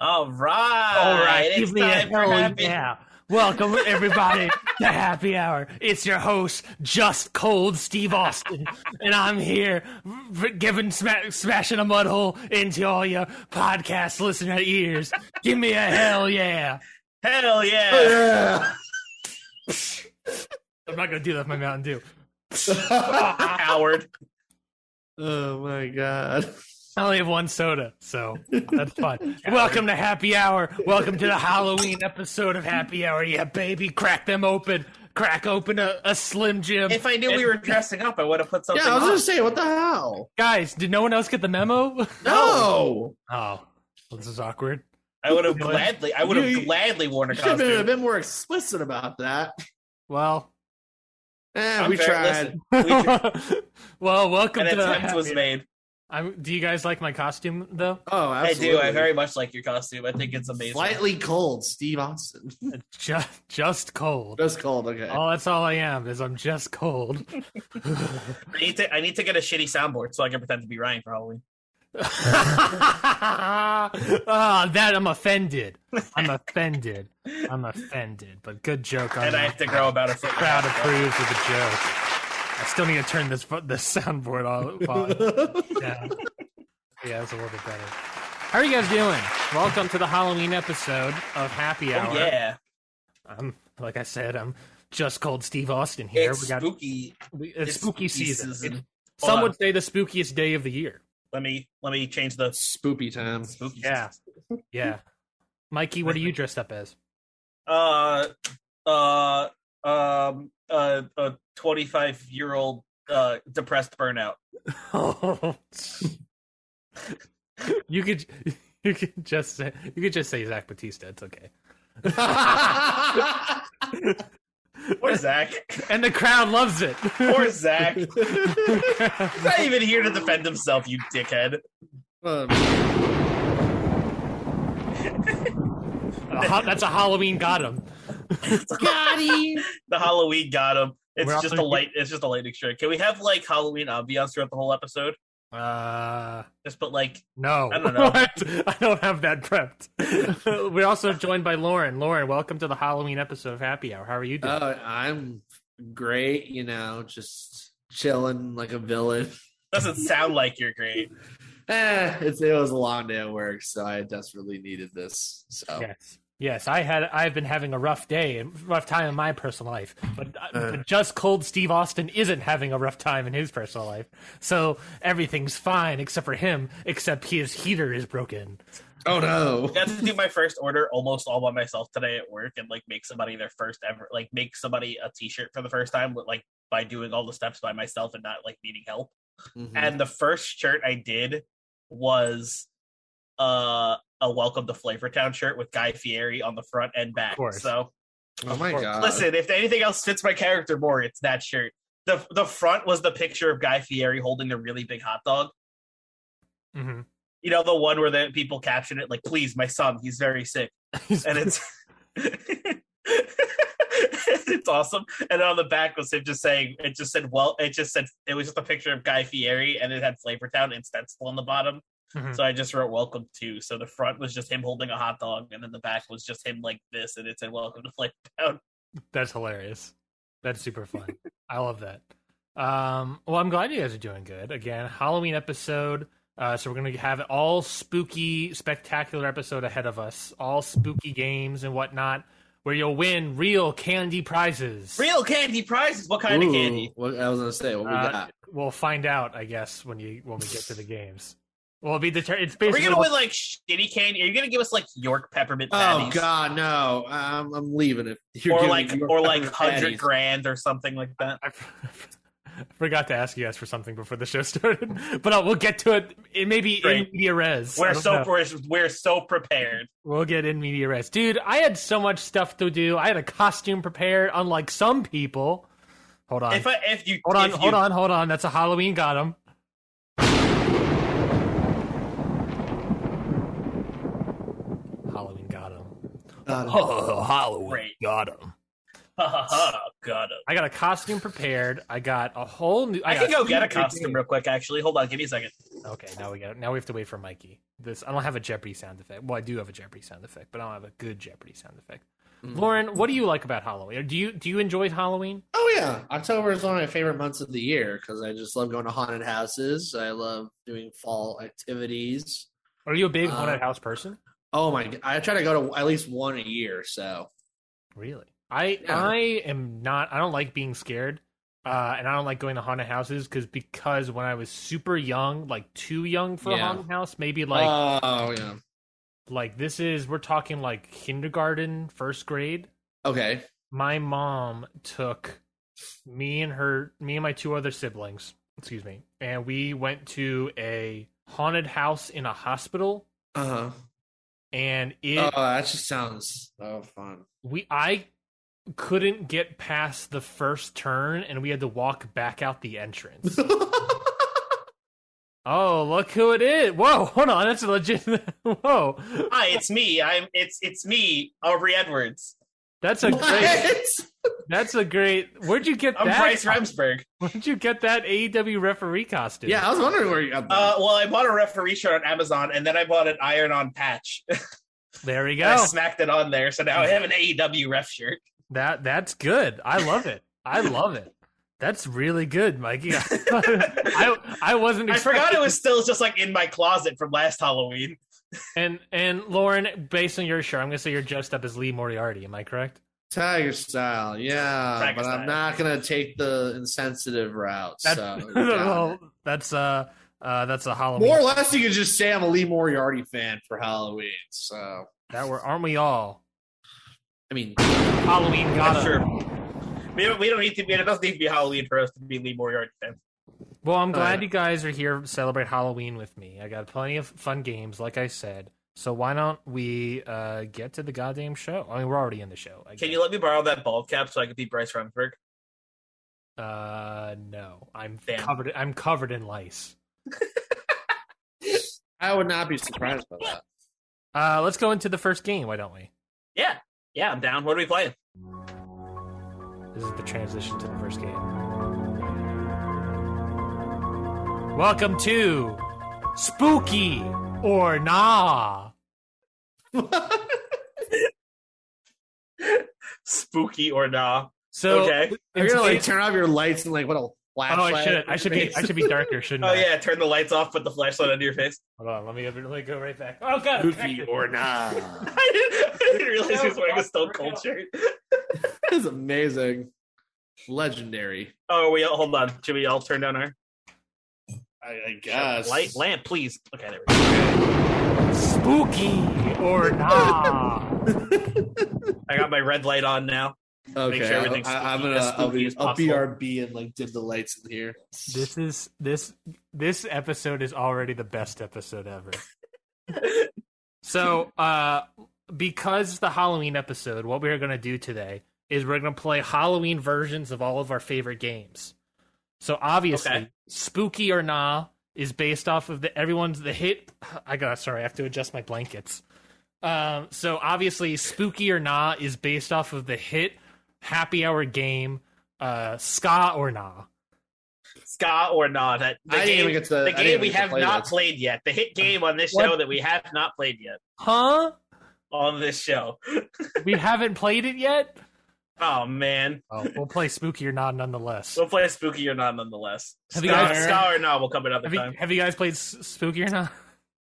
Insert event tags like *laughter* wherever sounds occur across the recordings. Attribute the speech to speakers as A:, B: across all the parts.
A: All right.
B: All right,
A: It's
B: give me a
A: time for
B: hell
A: happy-
B: yeah. Welcome
A: *laughs*
B: everybody to Happy Hour. It's your host, Just Cold Steve Austin, and I'm here r- giving sma- smashing a mud hole into all your podcast listener ears. Give me a hell yeah!
A: Hell yeah.
C: Yeah.
B: I'm not gonna do that with my Mountain Dew.
A: Howard.
C: *laughs* oh my god.
B: I only have one soda, so that's fun. Welcome to Happy Hour. Welcome to the Halloween episode of Happy Hour. Yeah, baby, crack them open. Crack open a, a Slim Jim.
A: If I knew we were dressing up, I would have put something
C: Yeah, I was
A: on.
C: gonna say, what the hell?
B: Guys, did no one else get the
A: *laughs*
B: memo?
C: No,
B: Oh, well, this is awkward.
A: I would
B: *laughs*
A: have gladly I would
C: You-
A: have gladly worn a
C: should have been a
A: costume.
C: bit more explicit about that.
B: Well,
C: Eh,
A: I'm
C: we
A: fair-
C: tried.
A: listen,
B: *laughs*
A: we tried.
B: well, welcome
A: An
B: to.
A: attempt was made.
B: I'm, do you guys like my costume though? *laughs*
C: Oh, absolutely.
A: I do. I very much like your costume. I think it's amazing.
C: slightly cold. Steve Austin,
B: Just, just cold.
C: just cold. Okay.
B: Oh, that's all I am is I'm just cold.
A: I need to I need to get a shitty soundboard so I can pretend to be Ryan for Halloween.
B: *laughs* Ah, that I'm offended. I'm offended. I'm offended. But good joke.
A: And I
B: I'm
A: have to grow about a foot.
B: Oh, crowd approves of the joke. I still need to turn this fu- this soundboard off. volume Yeah. yeah, that's a little bit better. How are you guys doing? Welcome to the Halloween episode of Happy Hour.
A: Oh, yeah.
B: I'm, like I said, I'm just called Steve Austin here.
A: It's
B: we got
A: spooky.
B: we, it's,
A: it's
B: spooky,
A: spooky
B: season.
A: season.
B: It's-
A: Hold
B: some
A: on.
B: would say the spookiest day of the year.
A: Let me let me change the
C: Spoopy time.
A: spooky.
B: Yeah. Yeah. Mikey, what are
A: *laughs*
B: you dressed up as?
A: uh, uh, um, uh, a 25 year old uh, depressed burnout.
B: you could you could just say you could just say Zach Batista, it's *laughs* okay.
A: Poor Zach.
B: And the crowd loves it.
A: Poor Zach. He's not even here to defend himself, you dickhead.
C: Um,
B: A ho- that's a Halloween got him.
C: got him.
A: The Halloween got him. It's
B: We're
A: just
B: also-
A: a light. It's just a lightning strike. Can we have like Halloween ambiance throughout the whole episode?
B: Uh
A: Just put like
B: No,
A: I don't know.
B: What? I don't have that prepped. *laughs* We're also joined by Lauren. Lauren, welcome to the Halloween episode of Happy Hour. How are you doing?
C: *laughs* Oh, I'm great. You know, just chilling like a villain. *laughs*
A: doesn't sound like you're great.
C: Eh, it's, it was a long day at work, so I desperately needed this. So
B: yes, yes. I had. I've been having a rough day, and rough time in my personal life. But,
C: Uh.
B: but just cold Steve Austin isn't having a rough time in his personal life, so everything's fine except for him. Except his heater is broken.
C: Oh no.
A: got to do my first order almost all by myself today at work and like make somebody their first ever like make somebody a t-shirt for the first time with like by doing all the steps by myself and not like needing help
C: Mm-hmm.
A: and the first shirt i did was uh a welcome to flavortown shirt with guy fieri on the front and back
B: course.
A: so
C: oh my god.
A: listen if anything else fits my character more it's that shirt the the front was the picture of guy fieri holding the really big hot dog
B: *laughs* hmm
A: you know the one where the people caption it like please my son he's very sick and
B: *laughs*
A: it's *laughs* it's awesome. And on the back was him just saying it just said well it just said it was just a picture of Guy Fieri and it had Flavortown in stencil on the bottom.
B: Mm-hmm. Hmm.
A: So I just wrote welcome to. So the front was just him holding a hot dog and then the back was just him like this and it said welcome to Flavortown.
B: That's hilarious. That's super fun. I love that. Um, well, I'm glad you guys are doing good. Again, Halloween episode. Uh, so we're going to have an all spooky, spectacular episode ahead of us. All spooky games and whatnot, where you'll win real candy prizes.
A: Real candy prizes. What kind
C: Ooh,
A: of candy?
C: What, I was gonna say what we
B: Uh,
C: got.
B: We'll find out, I guess, when you when we get to the games. Well, it'll be the ter- it's
A: Are we
B: basically
A: gonna win like shitty candy? Are you gonna give us like York peppermint
C: Oh
A: patties?
C: God, no! I'm I'm leaving it. You're
A: Or
C: giving
A: like
C: me your
A: or like
C: peppermint
A: hundred
C: patties.
A: grand or something like that.
B: I *laughs* forgot to ask you guys for something before the show started, *laughs* but uh, we'll get to it. It may be in
A: Great.
B: media res. I
A: We're
B: don't
A: so
B: know.
A: we're, we're so prepared.
B: We'll get in media res, dude. I had so much stuff to do. I had a costume prepared, unlike some people. Hold on,
A: If I if you
B: hold on,
A: if you-
B: hold
A: *laughs*
B: on, hold on. That's a Halloween. Got him. Halloween got him.
C: God,
B: Oh, *laughs* Halloween
A: Great.
B: got him.
A: Ha, ha, ha. God, uh,
B: I got a costume prepared. I got a whole new.
A: I,
B: got
A: could go get a
B: three
A: costume
B: things.
A: real quick. Actually, hold on, give me a second.
B: Okay, now we got. Now we have to wait for Mikey. This I don't have a Jeopardy sound effect. Well, I do have a Jeopardy sound effect, but I don't have a good Jeopardy sound effect.
C: Mm.
B: Lauren, what do you like about Halloween? Or Do you do you enjoy Halloween?
C: Oh yeah, October is one of my favorite months of the year because I just love going to haunted houses. I love doing fall activities.
B: Are you a big
C: Uh,
B: haunted house person?
C: Oh my! g- I try to go to at least one a year. So
B: Really? I
C: Yeah.
B: I am not. I don't like being scared, uh, and I don't like going to haunted houses because because when I was super young, like too young for a
C: Yeah.
B: haunted house, maybe like
C: oh yeah,
B: like this is we're talking like kindergarten, first grade.
C: okay,
B: my mom took me and her me and my two other siblings excuse me and we went to a haunted house in a hospital
C: uh huh.
B: and it
C: Oh, that just sounds so fun. *laughs*
B: we i couldn't get past the first turn and we had to walk back out the
C: *laughs*
B: entrance oh look who it is whoa hold on that's a legit *laughs* whoa
A: Hi, it's me. I'm it's it's me, Aubrey Edwards.
B: that's a great
C: What?
B: that's a great where'd you get
A: I'm
B: that
A: Bryce Remsburg.
B: where'd you get that aew referee costume
C: Yeah, I was wondering where you got that.
A: Uh, well, I bought a referee shirt on Amazon, and then I bought an iron-on patch. *laughs*
B: there we go
A: I smacked it on there, so now I have an AEW ref shirt.
B: That that's good. I love it. I love it. That's really good, Mikey. *laughs* I I wasn't.
A: I forgot
B: expecting-
A: it was still just like in my closet from last Halloween.
B: And and Lauren, based on your shirt, I'm gonna say you're dressed up as Lee Moriarty. Am I correct?
C: Tiger style, yeah,
A: Tiger
C: but
A: style.
C: I'm not gonna take the insensitive route.
B: That's
C: so *laughs*
A: *laughs*
C: yeah.
B: well, that's uh uh that's a Halloween.
C: more or less, you could just say I'm a Lee Moriarty fan for Halloween. So
B: that were aren't we all?
C: I mean,
B: Halloween got
A: I'm
B: him.
A: sure. We don't, we don't need to. It doesn't need to be Halloween for us to be Lee Moriarty fans.
B: Well, I'm glad
C: Uh,
B: you guys are here to celebrate Halloween with me. I got plenty of fun games, like I said. So why don't we uh get to the goddamn show? I mean, we're already in the show. I
A: Can
B: guess.
A: you let me borrow that bald cap so I can be Bryce Remsburg?
B: Uh, no. I'm
A: Damn.
B: covered. I'm covered in lice.
C: I would not be surprised by that. *laughs*
B: Uh, let's go into the first game. Why don't we?
A: Yeah, yeah, I'm down. What are we playing?
B: This is the transition to the first game. Welcome to Spooky or Nah.
A: Spooky or nah? Oh,
B: So
A: okay.
C: You're gonna like
B: today's-
C: turn off your lights and like what a
B: oh,
C: flashlight.
B: I should. I should be. I should be darker, shouldn't
A: Oh
B: I?
A: yeah, turn the lights off. Put the flashlight under your face. *laughs*
B: Hold on. Let me. Let me go right back. Oh god. I'm
C: Goofy
B: connected.
C: *laughs* or
A: I
C: not.
A: didn't, I didn't realize he was wearing a Stone Cold shirt.
C: That's amazing. Legendary.
A: Oh, are we all, hold on. Should we all turn down our
C: I, I guess.
A: light lamp, please? Okay, there we go.
B: Spooky or Nah.
A: *laughs* I got my red light on now.
C: Okay.
A: Make sure everything's
C: I, am
A: spooky- as
C: gonna I'll
A: spooky
C: be,
A: as
C: I'll
A: possible.
C: BRB and like dim the lights in here.
B: this is this this episode is already the best episode ever *laughs* so uh because it's the halloween episode what we're going to do today is we're going to play halloween versions of all of our favorite games so obviously
A: Okay.
B: spooky or nah is based off of the everyone's the hit i got sorry i have to adjust my blankets um so obviously spooky or nah is based off of the hit happy hour game uh ska or nah
A: Ska or not? That the
C: I didn't
A: game,
C: even get to I
A: the
C: didn't
A: game
C: even
A: we
C: get to
A: have
C: play
A: not
C: this.
A: played yet. The hit game on this
B: What?
A: show that we have not played yet
B: huh
A: on this show.
B: we haven't played it yet.
A: Oh man,
B: Oh, we'll play Spooky or Not nonetheless.
A: we'll play spooky or not nonetheless.
B: Have
A: Ska,
B: you guys-
A: ska or not will come another
B: Have you,
A: time.
B: have you guys played S- Spooky or Not?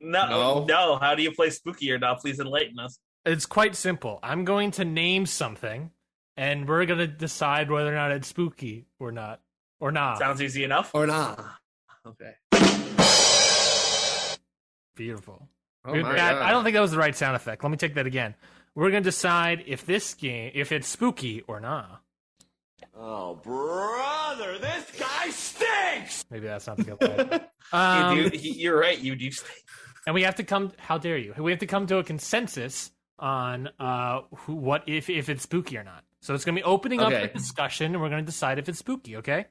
A: No, no,
C: No.
A: How do you play spooky or not? Please enlighten us.
B: It's quite simple. I'm going to name something, and we're going to decide whether or not it's spooky or not. Or not.
A: Sounds easy enough.
C: Or not. Okay.
B: Beautiful.
C: Oh
B: Good-
C: my
B: that-
C: God.
B: I don't think that was the right sound effect. Let me take that again. We're gonna decide if this game, if it's spooky or not.
D: Oh, brother, this guy stinks!
B: Maybe that's not the good way.
C: *laughs*
B: Um,
A: you do, he, you're right. You do. stink.
B: and we have to come. How dare you? We have to come to a consensus on uh, who, what, if, if it's spooky or not. So it's gonna be opening
C: Okay.
B: up the discussion, and we're gonna decide if it's spooky. Okay.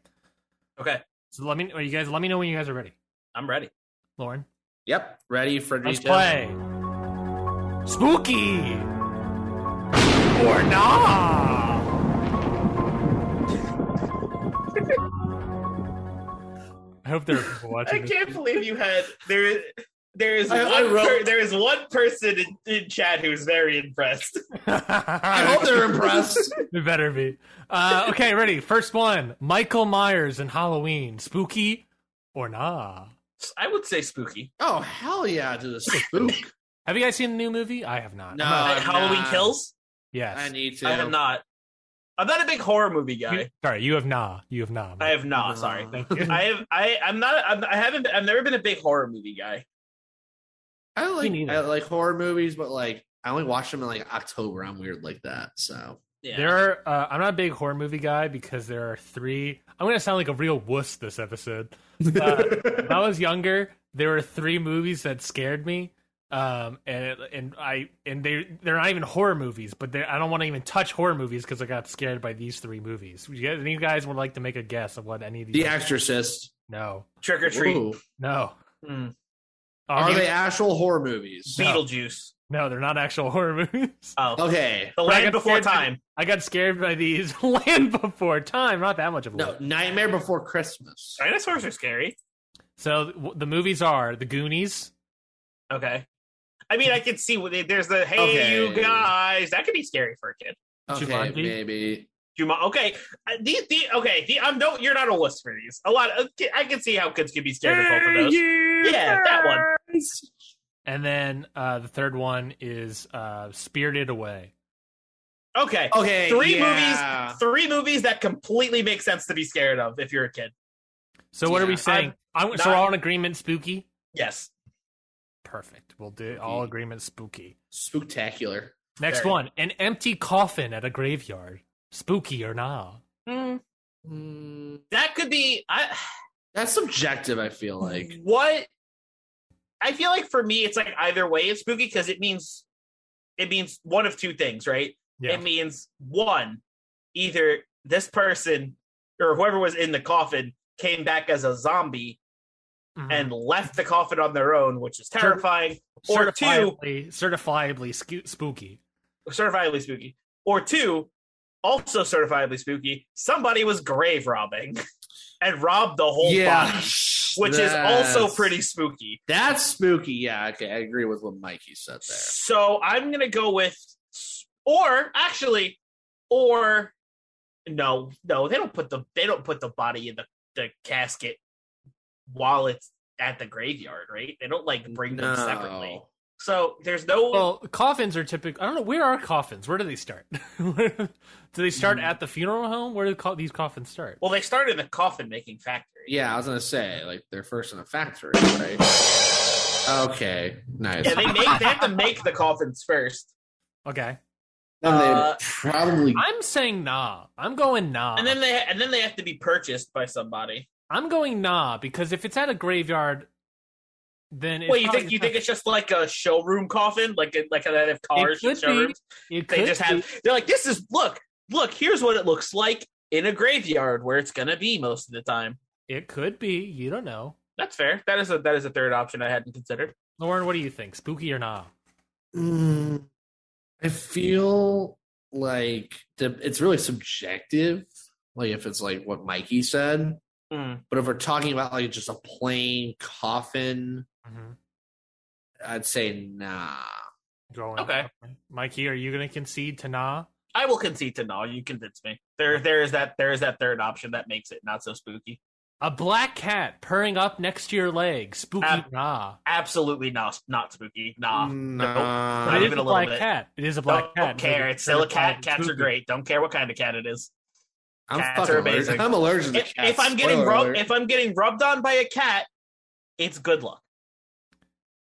A: Okay,
B: So let me, or you guys, let me know when you guys are ready.
A: I'm ready.
B: Lauren,
C: Yep. Ready for
B: let's
C: detail?
B: play. Spooky or not? *laughs* I hope there are people watching.
A: I
B: this.
A: can't believe you had there. There is
C: I- I
A: one
C: wrote-
A: per, there is one person in, in chat who's very impressed.
B: *laughs*
C: I hope *laughs* they're impressed.
B: It better be. Uh, okay, ready. First one: Michael Myers and Halloween, spooky or nah?
A: I would say spooky.
C: oh hell yeah to the spook.
B: Have you guys seen the new movie? I have not.
C: No,
B: I'm not-
C: I'm
A: Halloween
C: not.
A: Kills.
B: Yes.
C: I need to.
A: I am not. I'm not a big horror movie guy.
B: You- sorry, you have nah. You have nah.
A: I have not.
C: No.
A: Sorry, thank you. I have. I. I'm not. I'm, I haven't. I've never been a big horror movie guy.
C: I like
B: neither.
C: I like horror movies, but like I only watch them in like October. I'm weird like that.
A: *laughs*
C: So
A: Yeah.
B: There are. Uh, I'm not a big horror movie guy because there are three. I'm gonna sound like a real wuss this episode. Uh, when I was younger, there were three movies that scared me, um, and it, and I and they they're not even horror movies, but they, I don't want to even touch horror movies because I got scared by these three movies. You guys, any guys would like to make a guess of what any of these?
C: The Exorcist.
B: no,
A: Trick or treat.
C: Ooh.
B: no.
A: Hmm.
C: Are
B: Um,
C: they actual horror movies?
B: No.
A: Beetlejuice.
B: No, they're not actual *laughs* horror movies.
A: Oh,
C: Okay.
A: the
B: Dragon
A: land before
B: Scared-
A: time.
B: I got scared by these *laughs* Land Before Time. Not that much of a
C: No, Nightmare Before Christmas.
A: Dinosaurs are scary.
B: So w- the movies are The Goonies.
A: Okay. I mean, I can see what they, there's the hey
C: Okay.
A: you guys that could be scary for a kid.
C: Okay,
B: Jumanji?
C: maybe.
A: Juma, okay, uh, the, the, okay, the, I'm no, you're not a wuss for these. A lot, of, I can see how kids could be scared of both of those. Yeah, that one.
B: And then uh, the third one is uh, Spirited Away.
A: Okay,
C: Okay.
A: three
C: Oh, yeah.
A: movies, three movies that completely make sense to be scared of if you're a kid.
B: So what are we
C: Yeah,
B: saying? I'm, so
A: not-
B: we're all in agreement, spooky.
A: Yes,
B: Perfect. We'll do all
C: Spooky.
B: agreement, spooky.
C: Spooktacular.
B: Next
A: Very-
B: one: an empty coffin at a graveyard, spooky or not?
C: Mm,
A: that could be. I,
C: that's subjective. I feel like.
A: what? I feel like for me, it's like either way, it's spooky because it means, it means one of two things, right?
B: Yeah.
A: it means one, either this person or whoever was in the coffin came back as a zombie
B: Mhm.
A: and left the coffin on their own, which is terrifying, or two-
B: Mm-hmm. certifiably, certifiably scu- spooky.
A: certifiably spooky. Or two, also certifiably spooky, somebody was grave robbing *laughs* and robbed the whole
C: Yeah.
A: body, which is also pretty spooky.
C: That's spooky. Yeah. Okay, I agree with what Mikey said there.
A: So I'm gonna go with, or actually, or no, no, they don't put the they don't put the body in the the casket while it's at the graveyard, right? They don't like bring them separately.
C: No.
A: So there's no
B: Well, coffins are typical. I don't know where are coffins. Where do they start? *laughs* Where- do they start
A: Mm-hmm.
B: at the funeral home? Where do co- these coffins start?
A: well, they started in the coffin making factory.
C: Yeah, I was gonna say like they're first in a factory, right? Okay, nice.
A: Yeah, they make they have to make the coffins first,
B: Okay,
C: *laughs* and they
A: uh,
C: probably
B: I'm saying nah. I'm going nah.
A: and then they and then they have to be purchased by somebody.
B: I'm going nah because if it's at a graveyard, then it's
A: Wait, you
B: probably-
A: think you think it's just like a showroom coffin, like it- like how they have cars in
B: could be.
A: showrooms?
B: it
A: they
B: could
A: just
B: be-
A: have they're like this is look look here's what it looks like in a graveyard where it's gonna be most of the time
B: It could be. You don't know,
A: that's fair that is a that is a third option i hadn't considered
B: Lauren. What do you think? Spooky or nah?
C: Mm, I feel like the, it's really subjective. Like if it's like what Mikey said,
B: Hmm.
C: but if we're talking about like just a plain coffin,
A: Mm-hmm.
C: I'd say nah.
B: Going
A: Okay.
B: Mikey. Are you going to concede to nah?
A: i will concede to no you convince me there there is that there is that third option that makes it not so spooky
B: A black cat purring up next to your leg, spooky
A: Ah.
B: or nah?
A: absolutely not not spooky nah
C: Nah.
A: Not
B: it is
A: even
B: a
A: a little
B: black
A: bit.
B: cat. It is a Mm, black
A: don't,
B: cat.
A: don't care. It's still a cat. Cats are great. Don't care what kind of cat it is.
C: I'm
A: Cats
C: fucking
A: are
C: allergic.
A: amazing.
C: I'm allergic to
A: If,
C: cats.
A: if I'm getting
C: Spoiler
A: rubbed,
C: alert.
A: if I'm getting rubbed on by a cat, it's good luck.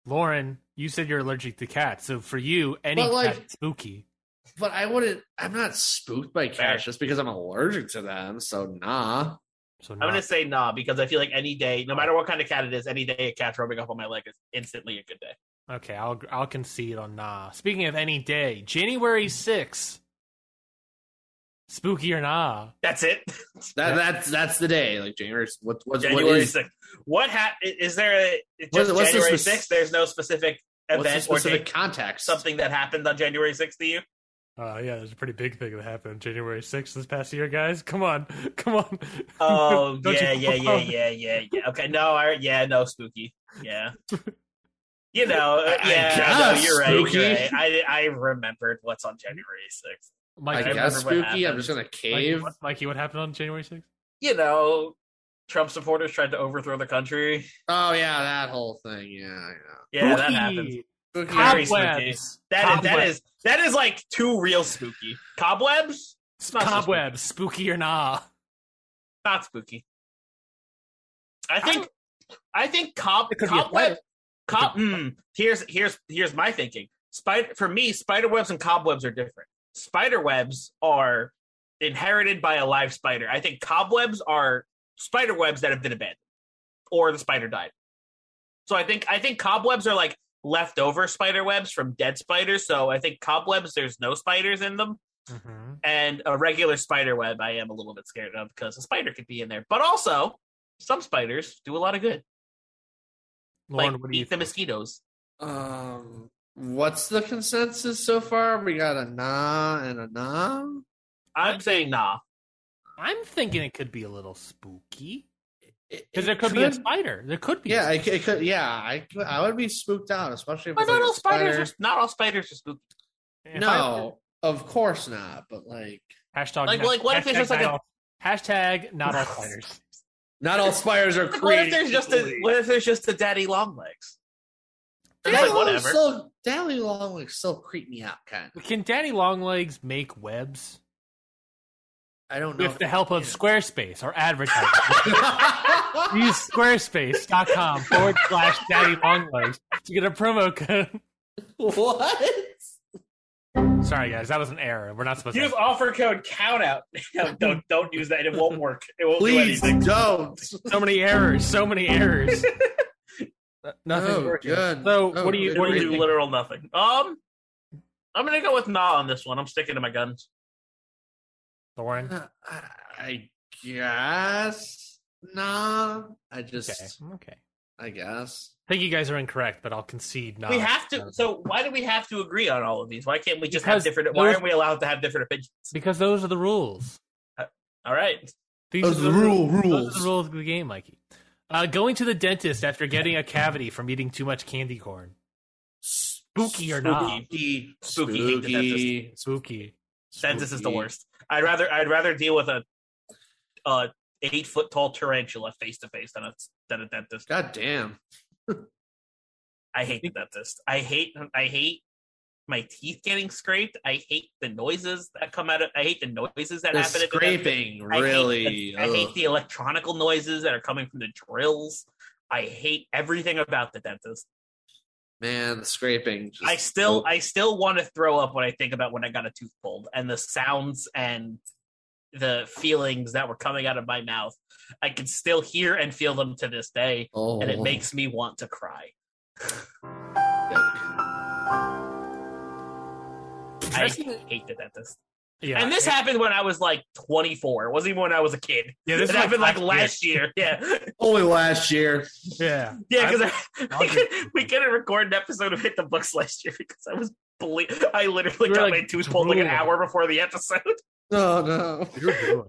B: Lauren, you said you're allergic to cats, so for you, any
C: But, like-
B: cat's spooky.
C: But I wouldn't. I'm not spooked by
A: Fair.
C: cats just because I'm allergic to them. So nah.
B: So
A: I'm gonna
B: not-
A: say nah because I feel like any day, no matter what kind of cat it is, any day a cat rubbing up on my leg is instantly a good day.
B: Okay, I'll I'll concede on nah. Speaking of any day, January 6th. Spooky or nah?
A: That's it.
C: That that's that's the day. Like January. What *laughs* what's what
A: January
C: is,
A: sixth. What hap- is there? A, it's
C: What's-
A: just
C: what's the
A: January
C: spec-
A: sixth. There's no specific
C: what's the
A: event or
C: *laughs* specific
A: date,
C: context?
A: something that happened on January sixth to
C: *laughs*
A: you.
B: Uh, yeah, there's a pretty big thing that happened January 6th this past year, guys. Come on, *laughs* come on.
C: *laughs*
A: Oh
B: *laughs* Don't
A: yeah,
B: you-
A: yeah, yeah, yeah, yeah, yeah. Okay, no, I, yeah, no, spooky.
C: *laughs*
A: Yeah, you know,
C: I- I
A: yeah,
C: guess
A: no, you're right. You're
C: spooky.
A: right. I I remembered what's on January sixth.
C: I,
B: Mikey,
A: I
C: guess
A: remember what
C: spooky. I'm just gonna
B: Mikey,
C: cave.
B: what, Mikey, what happened on January 6th?
A: You know, Trump supporters tried to overthrow the country.
C: Oh yeah, that whole thing. Yeah, yeah.
A: Yeah, that happened.
C: Spooky.
A: Very spooky.
B: Cobwebs.
A: That is, that
B: Cobwebs.
A: is that is like too real spooky. Cobwebs, not so
B: Cobwebs, spooky or nah?
A: not spooky. I think I, think cob
B: It could be a
A: cobweb cob. Mm, here's here's here's my thinking. Spider for me, spider webs and cobwebs are different. Spider webs are inherited by a live spider. I think cobwebs are spider webs that have been abandoned, or the spider died. So I think I think cobwebs are like leftover spider webs from dead spiders. So I think cobwebs, there's no spiders in them
B: Mm-hmm.
A: and a regular spider web I am a little bit scared of because a spider could be in there. But also, some spiders do a lot of good,
B: Lauren,
A: like
B: what do
A: eat
B: you
A: the mosquitoes.
C: Um, what's the consensus so far? We got a nah and a nah.
A: I'm saying nah.
B: I'm thinking it could be a little spooky.
C: It-
B: Because
C: it
B: there could, be a spider. There could be. a
C: Yeah, I, c- it could. Yeah, I could, I would be spooked out, especially if
A: But
C: it's
A: not
C: like
A: all
C: a spider.
A: spiders. Are, not all spiders are spooky.
B: spider.
C: No, of course not. But like,
B: Hashtag.
A: Like- like, what if it's
B: hashtag
A: just like
B: not
A: a-
B: all- hashtag not all spiders.
C: not all spiders are
A: Like, what if
C: created.
A: there's just a
C: equally.
A: what if there's just a daddy long legs? It's
C: Daddy
A: like,
C: long
A: whatever.
C: Still, Daddy Long like still creep me out, kind of.
B: Can Daddy Longlegs make webs
C: I don't know.
B: with the help of
C: Yeah.
B: Squarespace or advertising? Use squarespace.com forward slash Daddy Longlegs to get a promo code.
C: *laughs*
B: *laughs*
C: what?
B: Sorry, guys, that was an error. We're not supposed to.
A: offer code *laughs* countout. don't don't use that. It won't work. It won't
C: Please don't.
B: so many errers. So many *laughs* errors. Uh, Nothing.
C: Oh,
B: working.
C: good.
B: So,
C: Oh,
B: what do you?
C: good.
B: What do
A: It'll
B: you
A: do
B: think?
A: literal nothing. Um, I'm gonna go with nah on this one. I'm sticking to my guns.
B: Lauren?
C: Uh, I I guess nah. I just,
B: Okay. Okay.
C: I guess.
B: I think you guys are incorrect, but I'll concede. Not
A: we have to. So why do we have to agree on all of these? Why can't we just
B: Because
A: have different? Why
B: those-
A: aren't we allowed to have different opinions?
B: because those are the rules.
A: All right.
B: These
C: Those are Oh, the rule
B: Those are
C: rules.
B: the rules of the game, Mikey. Uh, going to the dentist after getting a cavity from eating too much candy corn. Spooky or not?
C: Spooky,
A: Spooky, hate the dentist.
C: spooky.
B: Spooky.
A: Census is the
C: Spooky.
A: worst. I'd rather I'd rather deal with a uh eight foot tall tarantula face to face than a than a dentist.
C: God damn.
A: I hate the dentist. I hate I hate my teeth getting scraped. I hate the noises that come out of. I hate the noises that
C: The
A: happen. at the dentist.
C: scraping,
A: I hate the-
C: really.
A: I hate
C: ugh.
A: the electronical noises that are coming from the drills. I hate everything about the dentist.
C: Man, the scraping. Just,
A: I still I still want to throw up when I think about when I got a tooth pulled and the sounds and the feelings that were coming out of my mouth. I can still hear and feel them to this day,
C: Oh.
A: and it makes me want to cry. I hate the dentist.
B: Yeah.
A: and this happened when I was like 24. It wasn't even when I was a kid.
B: Yeah, this
A: it
B: was
A: happened
B: like
A: like last year. Yeah,
C: only last year.
B: yeah.
A: yeah, because
B: I'll
A: *laughs* we,
B: do-
A: could- we couldn't record an episode of Hit the Books last year because I was. Ble- I literally
B: You were, like,
A: got my tooth pulled like an
B: drooling.
A: hour before the episode. *laughs*
C: No, Oh, no.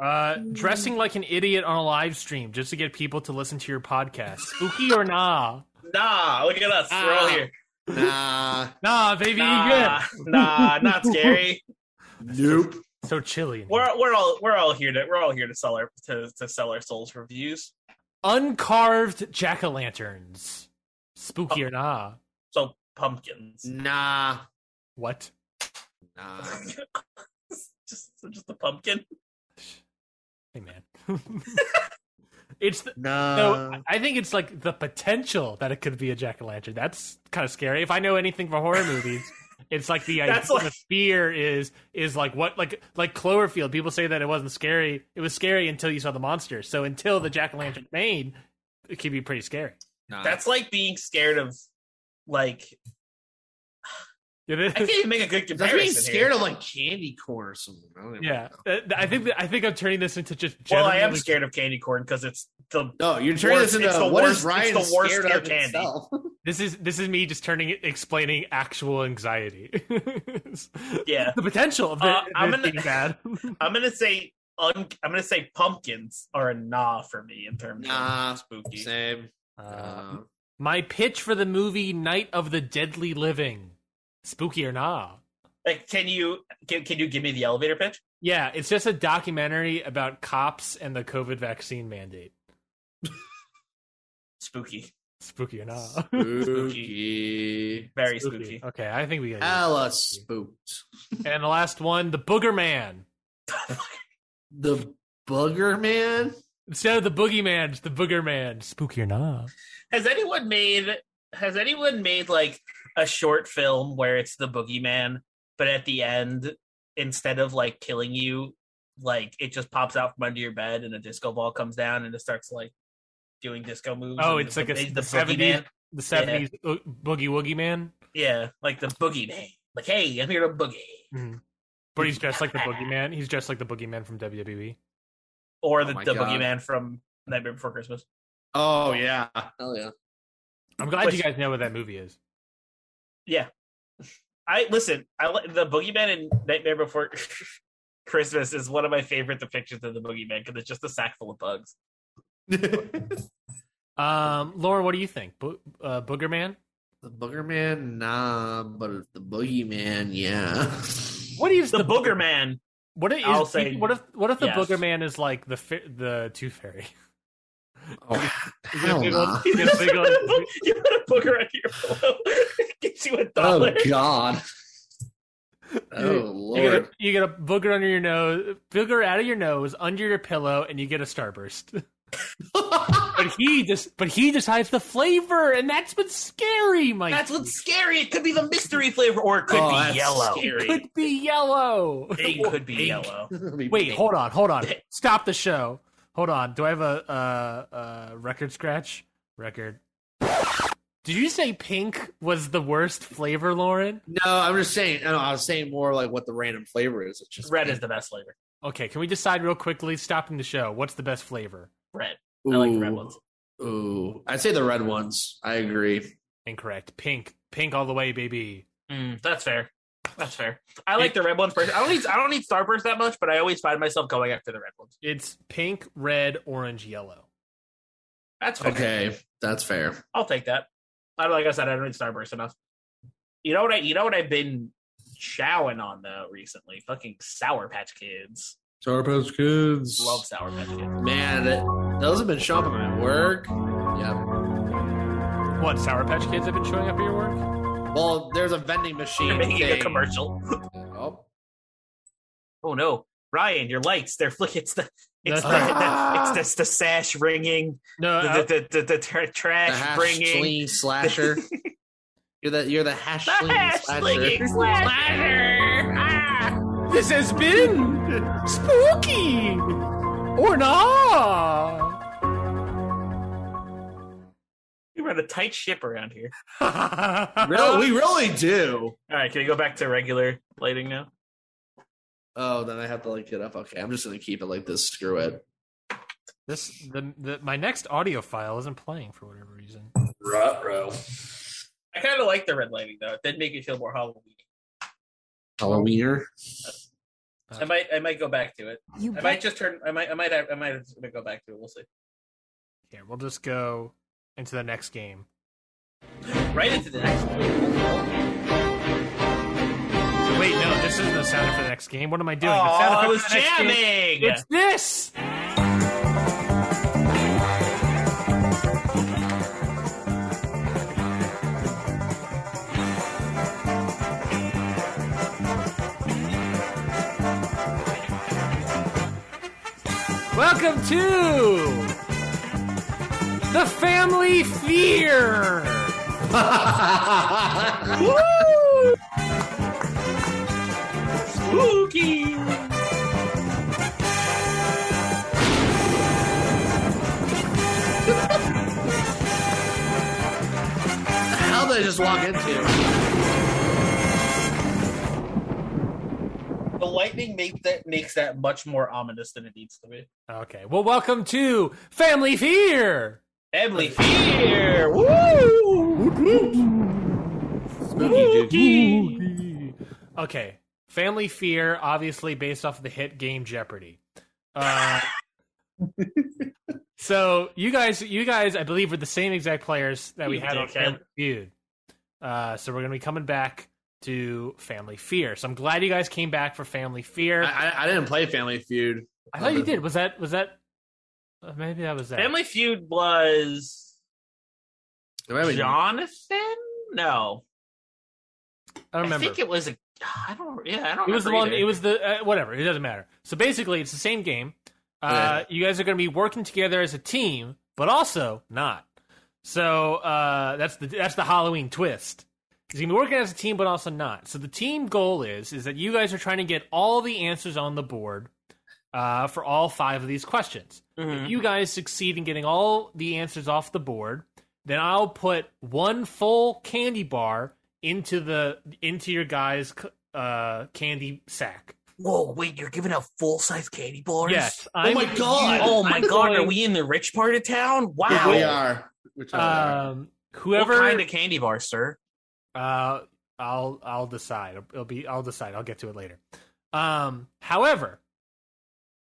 B: *laughs* Uh, dressing like an idiot on a live stream just to get people to listen to your podcast. Spooky or nah?
A: Nah, look at us. We're all
C: Ah.
A: here.
C: Nah.
B: Nah, baby, you
A: Nah,
B: good.
A: nah, *laughs* not scary.
C: Nope.
B: So chilly. in here.
A: We're we're all we're all here to we're all here to sell our to, to sell our souls for views.
B: Uncarved jack o' lanterns. Spooky
A: Oh.
B: or nah?
A: So pumpkins.
C: Nah.
B: What?
C: Nah.
A: Mm. *laughs* just just a pumpkin. *laughs*
B: Hey, man. It's the,
C: No.
B: no, I think it's like the potential that it could be a jack o' lantern. That's kind of scary. If I know anything from horror movies,
A: *laughs*
B: it's like the idea,
A: That's
B: the fear is is like what like like Cloverfield. People say that it wasn't scary. It was scary until you saw the monster. So until the jack o' lantern made, it could be pretty scary.
C: Nah.
A: That's like being scared of, like,
B: It is-
A: I can't even make a good
C: That's
A: comparison.
C: being
A: here.
C: scared of like candy corn or something. I don't
B: *laughs*
C: even
B: Yeah,
C: know.
B: Uh, I think that, I think I'm turning this into just.
A: Well, I am
B: generally-
A: scared of candy corn because it's the
C: No, you're turning
A: Worst-
C: this into
A: it's the
C: what
A: worst-
C: is
A: it's
C: Ryan
A: the worst
C: scared
A: scare
C: of
A: candy.
C: himself?
B: This is this is me just turning explaining actual anxiety. *laughs*
A: yeah.
B: the potential of the,
A: Uh, I'm
B: this
A: gonna-
B: being bad.
A: *laughs* I'm gonna say un- I'm gonna say pumpkins are a nah for me in terms
C: Nah.
A: of spooky.
C: *laughs* Same.
B: Uh,
C: Uh,
B: my pitch for the movie Night of the Deadly Living, spooky or nah?
A: Like, can you can, can you give me the elevator pitch?
B: Yeah, it's just a documentary about cops and the COVID vaccine mandate.
A: Spooky,
B: Spooky or not?
A: *laughs*
C: spooky.
B: *laughs*
A: very spooky.
B: Okay, I think we got
C: Hella spooked.
B: And the last one, the Booger Man.
C: The booger man.
B: Instead of the Boogeyman, it's the Booger Man. Spooky or not?
A: Has anyone made Has anyone made like a short film where it's the boogeyman, but at the end, instead of like killing you, like it just pops out from under your bed and a disco ball comes down and it starts like doing disco moves.
B: Oh,
A: and
B: it's
A: the-
B: like a-
A: the,
B: the
A: boogeyman.
B: 70s. The seventies uh, Boogie Woogie Man.
A: Yeah, like the boogeyman. Like, hey, I'm here to boogie. Mm-hmm.
B: But he's dressed
A: *laughs*
B: like the Boogeyman. He's dressed like the Boogeyman from E. WWE.
A: Or
C: Oh
A: the,
C: my
A: the
C: God.
A: boogeyman from Nightmare Before Christmas.
C: Oh yeah. Hell yeah.
B: I'm glad
A: Which-
B: you guys know what that movie is.
A: I listen. I li- the Boogeyman in Nightmare Before *laughs* Christmas is one of my favorite depictions of the Boogeyman because it's just a sack full of bugs.
C: *laughs* the
B: Um, Lauren, what do you think? Bo- uh, Booger Man?
C: booger man, nah, but the boogeyman, yeah.
B: What is
A: The Booger
C: *laughs*
A: Man.
B: What is?
A: I'll say
B: what if what if the
A: yes.
B: Booger Man is like the fa- the Tooth
A: *laughs*
B: Fairy?
C: Oh,
B: Is it a
C: hell
B: big
C: nah.
B: old- is it a big
A: *laughs* you put
B: old-
A: a booger on your pillow. It *laughs* gives you a
C: *laughs* Oh
A: dollar.
C: god. Oh
B: You get, a,
C: lord.
B: you get a booger under your nose, booger out of your nose, under your pillow, and you get a starburst. *laughs* But he just, but he decides the flavor, and that's what's scary, Mike.
A: that's what's scary. It could be the mystery flavor, or it could
C: Oh,
A: be
C: that's
A: yellow.
C: scary.
B: could be yellow.
A: It could be
C: Pink.
A: yellow.
C: *laughs*
B: Wait, hold on, hold on. Stop the show. Hold on. Do I have a uh, uh, record scratch? Record. Did you say pink was the worst flavor, Lauren?
C: No, I'm just saying. I, know, I was saying more like what the random flavor is. It's just
A: Red is the best flavor.
B: Okay, can we decide real quickly, stopping the show, what's the best flavor?
A: Red.
C: Ooh,
A: I like the red ones.
C: Ooh, I'd say the red ones. I agree.
B: Incorrect. Pink. Pink all the way, baby.
A: Mm, that's fair. That's fair. I like the red ones. First. I don't need. I don't need Starburst that much, but I always find myself going after the red ones.
B: It's pink, red, orange, yellow.
A: That's fair.
C: Okay, that's fair.
A: I'll take that. I like I said, I don't need Starburst enough. You know what I you know what I've been chowing on though recently? Fucking Sour Patch Kids.
C: Sour Patch Kids.
A: Love Sour Patch Kids.
C: Man, that- those have been shopping at work. Yeah.
B: What, Sour Patch Kids have been showing up at your work?
C: Well, there's a vending machine.
A: You're making
C: thing.
A: a commercial.
C: Oh.
A: Oh no. Ryan, your lights, they're flick it's the
B: That's-
A: it's the, the- it's, the, it's the sash ringing,
B: No, uh,
A: the,
B: I-
A: the, the, the, Uh-huh. the tra-
C: The
A: trash ringing,
C: hashling slasher.
A: *laughs*
C: you're the you're the hashling
A: the hash
C: slasher.
A: slinging slasher. Ah!
B: this has been spooky or not. *laughs*
A: We run a tight ship around here.
C: Really, we really do.
A: All right, can we go back to regular lighting now?
C: Oh, then I have to like get up. Okay, I'm just gonna keep it like this. Screw it.
B: This the, the my next audio file isn't playing for whatever reason.
C: Rut row.
A: I kind of like the red lighting though. It did make me feel more Halloween.
C: Halloweener.
A: I might I might go back to it.
E: You
A: I might just turn. I might. I might. I might just go back to it. We'll see.
B: Here, we'll just go into the next game.
A: Right into the next one.
B: Wait, no, this isn't the sound for the next game. What am I doing?
A: Aw,
B: the sound effect
A: I
B: for
A: was
B: the next game-
A: jamming.
B: It's this. Welcome to The Family Fear.
A: Spooky.
C: How did I just walk into?
A: The lightning make that makes that much more ominous than it needs to be.
B: Okay. Well, welcome to Family Fear.
A: Family fear. Woo!
C: Spooky dude.
B: Okay. Family Fear, obviously based off of the hit game Jeopardy. Uh, so you guys, you guys, I believe were the same exact players that we
A: You
B: had on
A: dickhead.
B: Family Feud. Uh, so we're gonna be coming back to Family Fear. So I'm glad you guys came back for Family Fear.
C: I,
B: I,
C: I, I didn't play Family Feud.
B: thought you did. Was that was that? uh, Maybe that was that.
A: Family Feud was
C: Am I having-
A: Jonathan? No,
B: I don't remember.
A: think it was a. I don't. Yeah, I don't.
B: It was the
A: remember
B: one.
A: either.
B: It was the uh, whatever. It doesn't matter. So basically, it's the same game. Uh, You guys are going to be working together as a team, but also not. So uh, that's the that's the Halloween twist. You're going to be working as a team, but also not. So the team goal is is that you guys are trying to get all the answers on the board uh, for all five of these questions. If
A: Mhm.
B: you guys succeed in getting all the answers off the board, then I'll put one full candy bar into the into your guys' c- uh, candy sack.
A: Whoa! Wait, you're giving out full size candy bars?
B: Yes.
C: Oh
B: I'm-
C: my god.
A: Oh my
B: I'm
A: god! Are
B: going-
A: we in the rich part of town? Wow.
C: Yeah, we are. We're
A: Uh,
C: totally are.
B: Um, whoever.
A: What kind of candy bar, sir?
B: uh, I'll I'll decide. It'll be I'll decide. I'll get to it later. Um, however,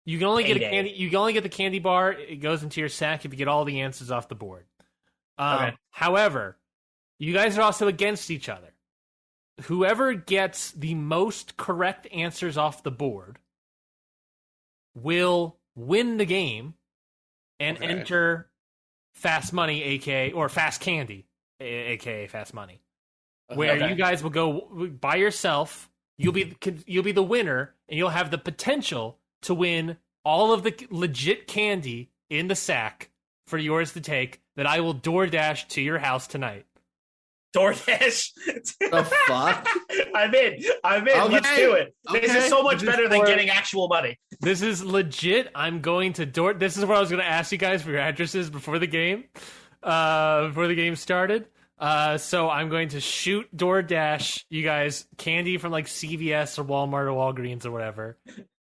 B: you can only get a
A: Payday.
B: candy. You can only get the candy bar. It goes into your sack if you get all the answers off the board. Um,
A: Okay.
B: However, you guys are also against each other. Whoever gets the most correct answers off the board will win the game and
C: Okay.
B: enter fast money, aka or fast candy, a- aka fast money
C: Uh,
B: where
A: Okay.
B: you guys will go by yourself. You'll be you'll be the winner, and you'll have the potential to win all of the legit candy in the sack for yours to take. That I will DoorDash to your house tonight.
A: DoorDash.
C: *laughs* the fuck?
A: I'm in. I'm in. Let's
C: Okay.
A: do it. This
C: Okay.
A: is so much
B: This is
A: better than
B: for-
A: getting actual money.
B: This is legit. I'm going to Door. This is where I was going to ask you guys for your addresses before the game, uh, before the game started. Uh, so I'm going to shoot DoorDash you guys candy from like CVS or Walmart or Walgreens or whatever.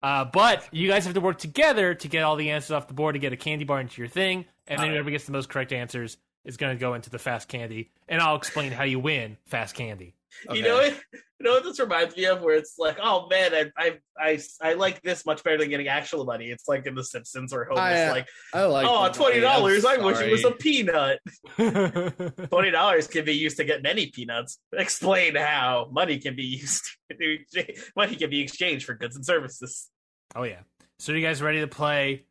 B: Uh, but you guys have to work together to get all the answers off the board to get a candy bar into your thing, and then
A: Alright.
B: whoever gets the most correct answers is going to go into the fast candy, and I'll explain how you win fast candy.
A: *laughs*
C: Okay.
A: You know what? You know what this reminds me of? Where it's like, oh man, I I I, I like this much better than getting actual money. It's like in The Simpsons where Homer's
C: I, uh,
A: like,
C: I like
A: oh,
C: the
A: twenty
C: money. I'm
A: dollars. I wish it was a
C: sorry.
A: peanut.
B: Oh,
A: Twenty dollars can be used to get many peanuts. Explain how money can be used. *laughs* to exchange- money can be exchanged for goods and services.
B: oh yeah. So you guys ready to play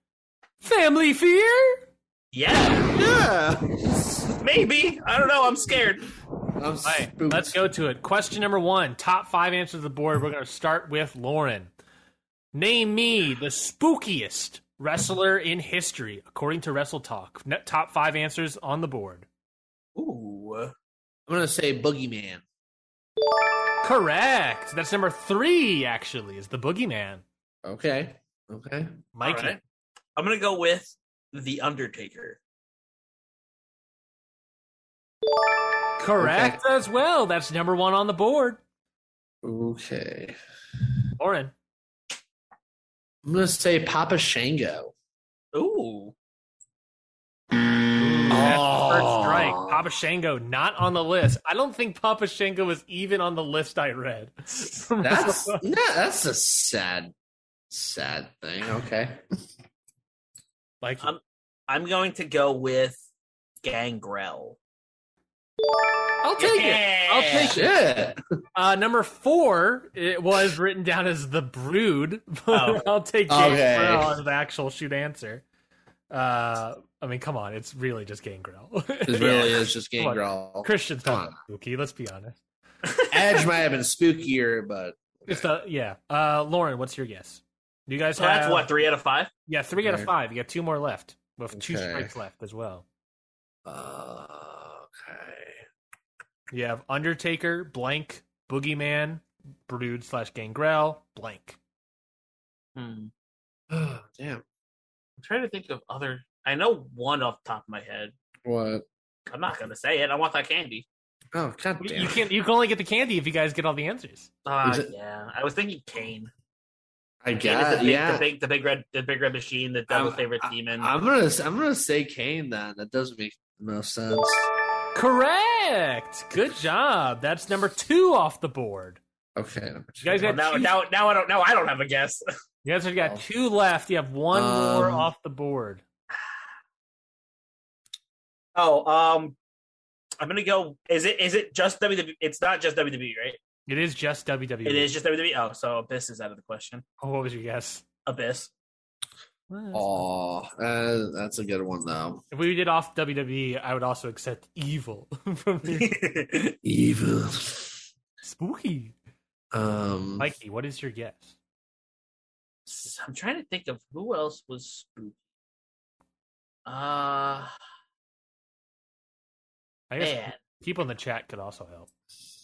B: Family Fear?
A: Yeah,
C: Yeah.
A: maybe. I don't know. I'm scared.
C: I'm
B: All right,
C: spooked.
B: let's go to it. Question number one, top five answers to the board. We're going to start with Lauren. Name me the spookiest wrestler in history, according to Wrestle Talk. Ne- top five answers on the board.
A: Ooh.
C: I'm gonna say Boogeyman.
B: Correct. That's number three, actually, is the boogeyman.
C: Okay. Okay.
B: Mikey.
A: All right. I'm gonna go with the Undertaker.
B: Correct as well. That's number one on the board.
C: Okay.
B: Lauren.
C: I'm gonna say Papa Shango.
A: Ooh.
B: That's
A: Oh.
B: the first strike. Papa Shango not on the list. I don't think Papa Shango was even on the list I read.
C: That's yeah, that's a sad, sad thing. Okay.
B: *laughs* Mikey.
A: Um, I'm going to go with Gangrel.
B: I'll take it. I'll take it.
C: Shit.
B: Uh, number four, it was written down as the Brood. *laughs* but I'll take Gangrel
C: Okay.
B: as the actual shoot answer. Uh, I mean, come on, it's really just Gangrel.
C: It really is just
B: Come on.
C: Gangrel.
B: *laughs* Christian's
C: Come
B: not spooky. Let's be honest.
C: Edge might have been spookier, but *sighs*
B: It's the yeah. Uh, Lauren, what's your guess? You guys
A: So
B: have
A: that's what three out of five.
B: Yeah, three out of
C: Okay.
B: five. You got two more left, with two
C: Okay.
B: strikes left as well.
C: Uh, okay.
B: You have Undertaker, blank, Boogeyman, Brood slash Gangrel, blank.
A: Hmm.
C: Oh, damn.
A: I'm trying to think of other. I know one off the top of my head.
C: What?
A: I'm not gonna say it. I want that candy.
C: Oh, god
B: You-
C: damn.
B: You can you can only get the candy if you guys get all the answers.
A: Ah,
C: Is it-
A: yeah. I was thinking Kane.
C: I
A: Kane is the
C: got
A: big,
C: yeah.
A: the big, the big red, the big red machine, the devil's
C: I'm-
A: favorite
C: I-
A: demon.
C: I'm gonna I'm gonna say Kane then. That doesn't make the most sense.
B: Correct. Good job. That's number two off the board.
C: Okay. number two.
B: You guys
A: Well,
B: got
A: now, Oh.
B: two,
A: now, now I don't know. I don't have a guess.
B: you guys have got two left. You have one more
C: Um,
B: off the board.
A: Oh, um, I'm gonna go. Is it? Is it just WWE? It's not just WWE, right?
B: It is just WWE.
A: It is just WWE. Oh, so Abyss is out of the question.
B: Oh, what was your guess? *laughs*
A: Abyss. Oh.
C: Aw, uh, that's a good one though.
B: If we did off WWE, I would also accept evil *laughs* from
A: *laughs*
B: the
C: Evil.
B: spooky.
C: Um,
B: Mikey, what is your guess?
A: I'm trying to think of who else was spooky. Uh,
B: I guess
A: man,
B: people in the chat could also help.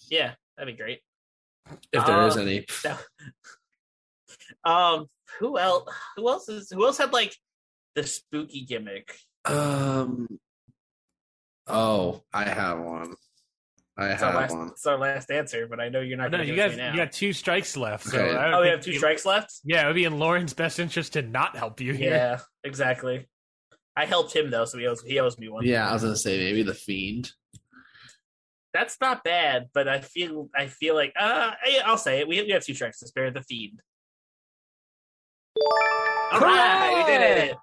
A: yeah, that'd be great.
C: if there is
A: uh,
C: any.
A: Um, who else? Who else is? Who else had like the spooky gimmick?
C: Um. Oh, I have one. I
A: It's our
C: have
A: last.
C: one.
A: It's our last answer, but I know you're not.
B: No,
A: gonna
B: you
A: give it to
B: guys,
A: me now.
B: you got two strikes left. So
C: Okay.
B: I would
A: oh, we
B: think
A: have two
B: it- *laughs*
A: strikes left.
B: Yeah, it would be in Lauren's best interest to not help you here.
A: Yeah, exactly. I helped him though, so he owes he owes me one.
C: Yeah, I was gonna say maybe the fiend.
A: that's not bad, but I feel I feel like uh, I, I'll say it. We, we have two strikes to spare. The fiend. All right, we did it.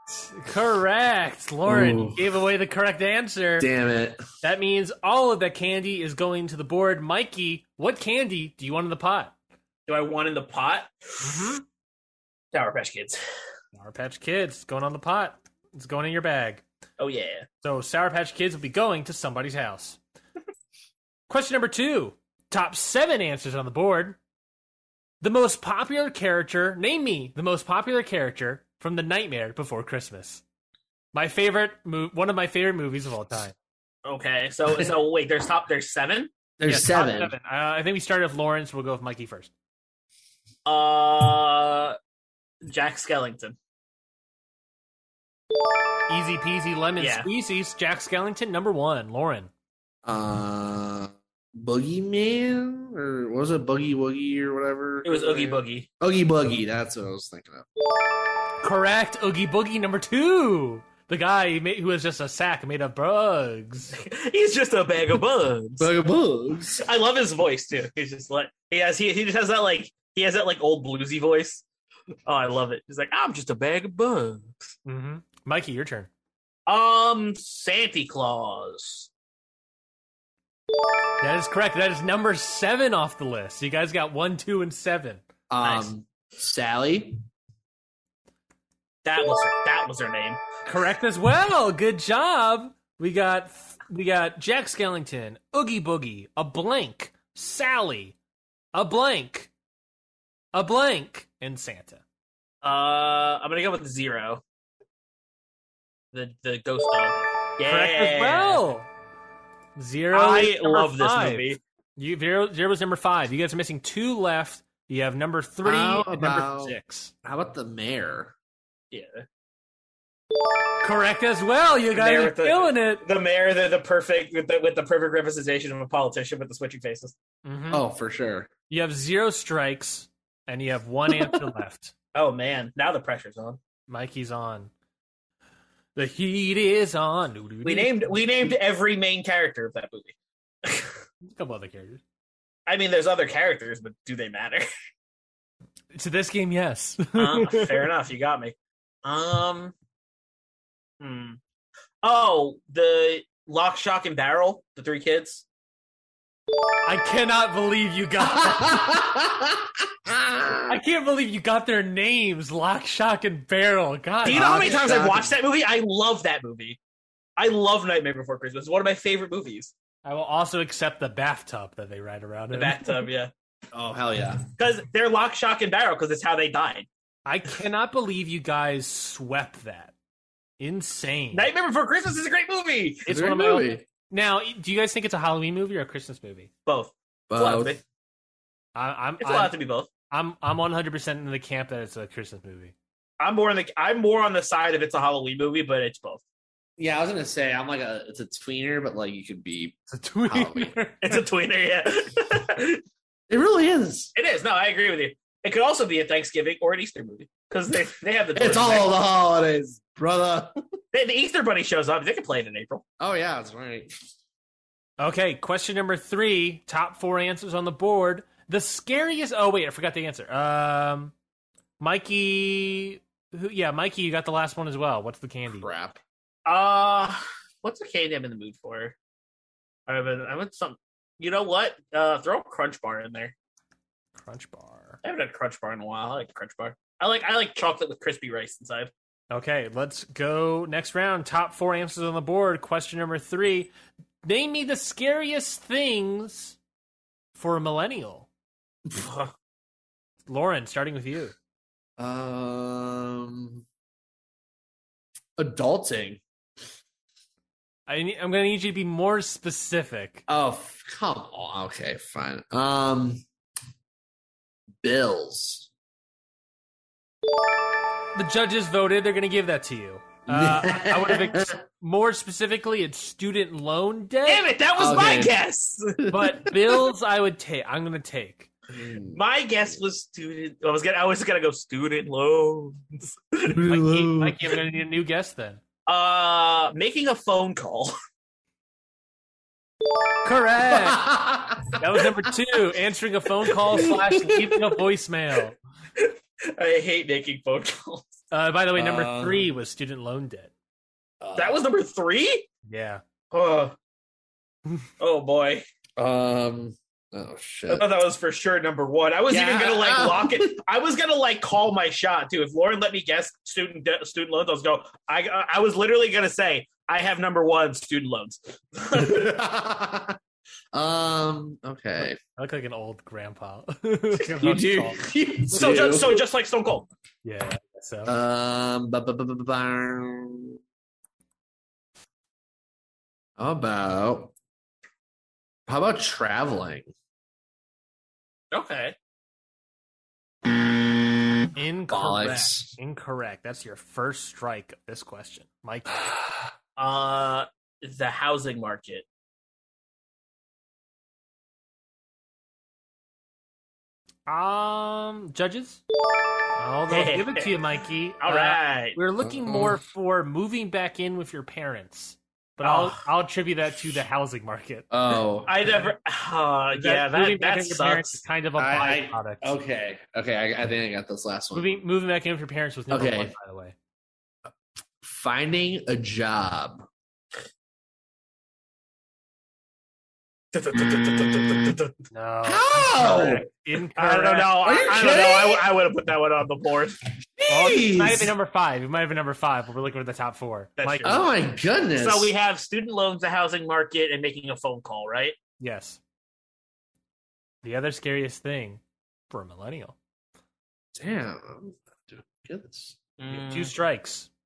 B: Correct. Lauren
C: Ooh.
B: gave away the correct answer.
C: Damn it!
B: That means all of that candy is going to the board. Mikey, what candy do you want in the pot?
A: Do I want in the pot? Sour Patch Kids.
B: Sour Patch Kids it's going on the pot. It's going in your bag.
A: Oh yeah.
B: So Sour Patch Kids will be going to somebody's house. Question number two. Top seven answers on the board. The most popular character, name me the most popular character from The Nightmare Before Christmas. My favorite, mo- one of my favorite movies of all time.
A: Okay, so so wait, there's top there's seven.
C: There's
B: Yes, top
C: seven.
B: Uh, I think we started with Lawrence. We'll go with Mikey first.
A: Uh, Jack Skellington.
B: Easy peasy lemon
A: Yeah.
B: squeezies. Jack Skellington, number one. Lauren.
C: Uh, Boogeyman or what was it Boogie Woogie or whatever?
A: It was Oogie Boogie. *laughs*
C: Oogie Boogie. That's what I was thinking of.
B: Correct. Oogie Boogie, number two. The guy who ma- who is just a sack made of bugs.
A: He's just a bag of bugs.
C: Boogie Boogs.
A: I love his voice too. He's just like he has he, he just has that like he has that like old bluesy voice. Oh, I love it. He's like, I'm just a bag of bugs.
B: Mm-hmm. Mikey, your turn.
A: Um, Santa Claus.
B: That is correct. That is number seven off the list. You guys got one, two, and seven.
C: Um,
A: Nice.
C: Sally.
A: That was that was her name.
B: Correct as well. Good job. We got we got Jack Skellington, Oogie Boogie, a blank, Sally, a blank, a blank, and Santa.
A: Uh, I'm gonna go with zero. The the ghost dog. Yeah.
B: Correct as well. Zero.
A: I
B: is number
A: love this
B: five.
A: movie.
B: You, zero, zero was number five. You guys are missing two left. You have number three
C: How
B: and
C: about-
B: number six.
C: How about the mayor?
A: Yeah.
B: Correct as well. You guys
A: There
B: are
A: with the-
B: killing it.
A: The mayor, they're the perfect with the, with the perfect representation of a politician with the switching faces. Mm-hmm. Hmm.
B: Mhm.
C: Oh, for sure.
B: You have zero strikes, and you have one
C: *laughs*
B: answer left.
A: Oh man, now the pressure's on.
B: Mikey's on. The heat is on.
A: We named we named every main character of that movie.
B: a couple other characters.
A: I mean, there's other characters, but do they
C: *laughs*
A: matter?
B: To this game, yes.
A: Uh,
C: *laughs*
A: fair enough. You got me. Um. Hmm. Oh, the lock, shock, and barrel. The three kids.
B: *laughs* I cannot believe you got.
C: *laughs*
B: I can't believe you got their names. Lock, shock, and barrel. God.
A: Do you know how
C: Lock,
A: many times
C: Shock,
A: I've watched that movie? I love that movie. I love Nightmare Before Christmas. It's one of my favorite movies.
B: I will also accept the bathtub that they ride around
A: The
B: in.
A: bathtub, yeah,
C: *laughs* oh hell yeah!
A: because they're lock, shock, and barrel because it's how they died.
B: I cannot believe you guys swept that. Insane.
A: Nightmare Before Christmas is a great movie.
B: It's
C: Great
B: one of my own- Now, do you guys think it's a Halloween movie or a Christmas movie?
A: Both. It's, a lot,
C: Both.
A: to be.
B: I, I'm
A: It's a lot
B: I'm,
A: to be both.
B: I'm I'm 100 percent in the camp that it's a Christmas movie.
A: I'm more on the I'm more on the side of it's a Halloween movie, but it's both.
C: Yeah, I was gonna say I'm like a it's a tweener, but like you could be.
B: It's a tweener.
C: Halloween.
A: It's a tweener,
C: *laughs*
A: yeah.
C: It really is.
A: it is. No, I agree with you. It could also be a Thanksgiving or an Easter movie because they they have the
C: It's all the holidays, brother.
A: They- the Easter Bunny shows up. They can play it in April.
C: *laughs* Oh yeah, it's right.
B: *laughs* Okay, question number three. Top four answers on the board. The scariest. Oh wait, I forgot the answer. Um, Mikey. Who, yeah, Mikey, you got the last one as well. What's the candy?
C: Crap.
A: Uh what's a candy I'm in the mood for? I mean, I want some. You know what? Uh, throw a Crunch Bar in there.
B: Crunch bar.
A: I haven't had Crunch Bar in a while. I like Crunch Bar. I like I like chocolate with crispy rice inside.
B: Okay, let's go next round. Top four answers on the board. Question number three. Name me the scariest things for a millennial. Lauren, starting with you.
C: Um, adulting.
B: I, ne- I'm going to need you to be more specific.
C: Oh f- come on. Okay, fine. Um, bills.
B: The judges voted; they're going to give that to you. Uh, I would have ex- more specifically, it's student loan
A: Damn
B: debt,
A: it! That was my
C: Okay.
A: guess.
B: but bills I would take. I'm going to take.
C: Hmm. *laughs*
A: My guess was student. I was gonna. I was gonna go student loans.
B: Mikey, Mikey, I'm going to need a new guess then.
A: Uh, making a phone call. *laughs*
B: Correct.
C: I
B: That was number two. Answering a phone
A: *laughs*
B: call slash leaving a voicemail.
A: I hate making phone calls.
B: Uh, by the way, number
C: Uh,
B: three was student loan debt.
A: That was number three.
B: Yeah.
A: Oh, oh boy!
C: um. Oh
A: I
C: shit.
A: thought that was for sure number one. I was
C: Yeah.
A: even gonna like lock it. I was gonna like call my shot too. If Lauren let me guess student de- student loans, I was go. I I was literally gonna say I have number one student loans.
C: *laughs* um. Okay.
B: I look like an old grandpa. *laughs*
C: You do. You
A: So
C: do.
A: just, so just like Stone Cold.
B: Yeah. So
C: Um. ba- ba- ba- ba- ba- How about how about traveling?
A: Okay.
B: incorrect.
C: Bollocks.
B: Incorrect. That's your first strike of this question, Mike.
A: *sighs* Uh, the housing market.
B: Um, judges.
A: *laughs*
B: Oh, they'll give it to you, Mikey.
A: All
B: Uh,
A: right.
B: we're looking
C: Uh-oh.
B: more for moving back in with your parents, but I'll
A: Ah.
B: I'll attribute that to the housing market.
C: Oh,
A: I never. *sighs* Uh, yeah,
B: moving
A: that,
B: back in
A: that
B: with your parents is
A: sucks.
B: kind of a
C: I- I-
B: byproduct.
C: okay, okay. I, I think I got this last one.
B: Moving moving back in with your parents was number
C: Okay.
B: one, by the way.
C: Finding a job.
B: No,
C: How?
B: incorrect.
A: *laughs* I don't know.
C: Are
A: I,
C: you
A: I don't know. I,
C: kidding?
A: w- I would have put that one on the board.
B: Oh, it might have
C: Jeez.
B: been number five. It might have been number five. But we're looking for the top four.
A: That's
B: Mike,
A: true.
C: Oh my goodness.
A: So we have student loans, the housing market, and making a phone call, right?
B: yes. The other scariest thing for a millennial.
C: damn. I'm doing good. this.
B: You have
A: Mm.
B: Two strikes. *laughs*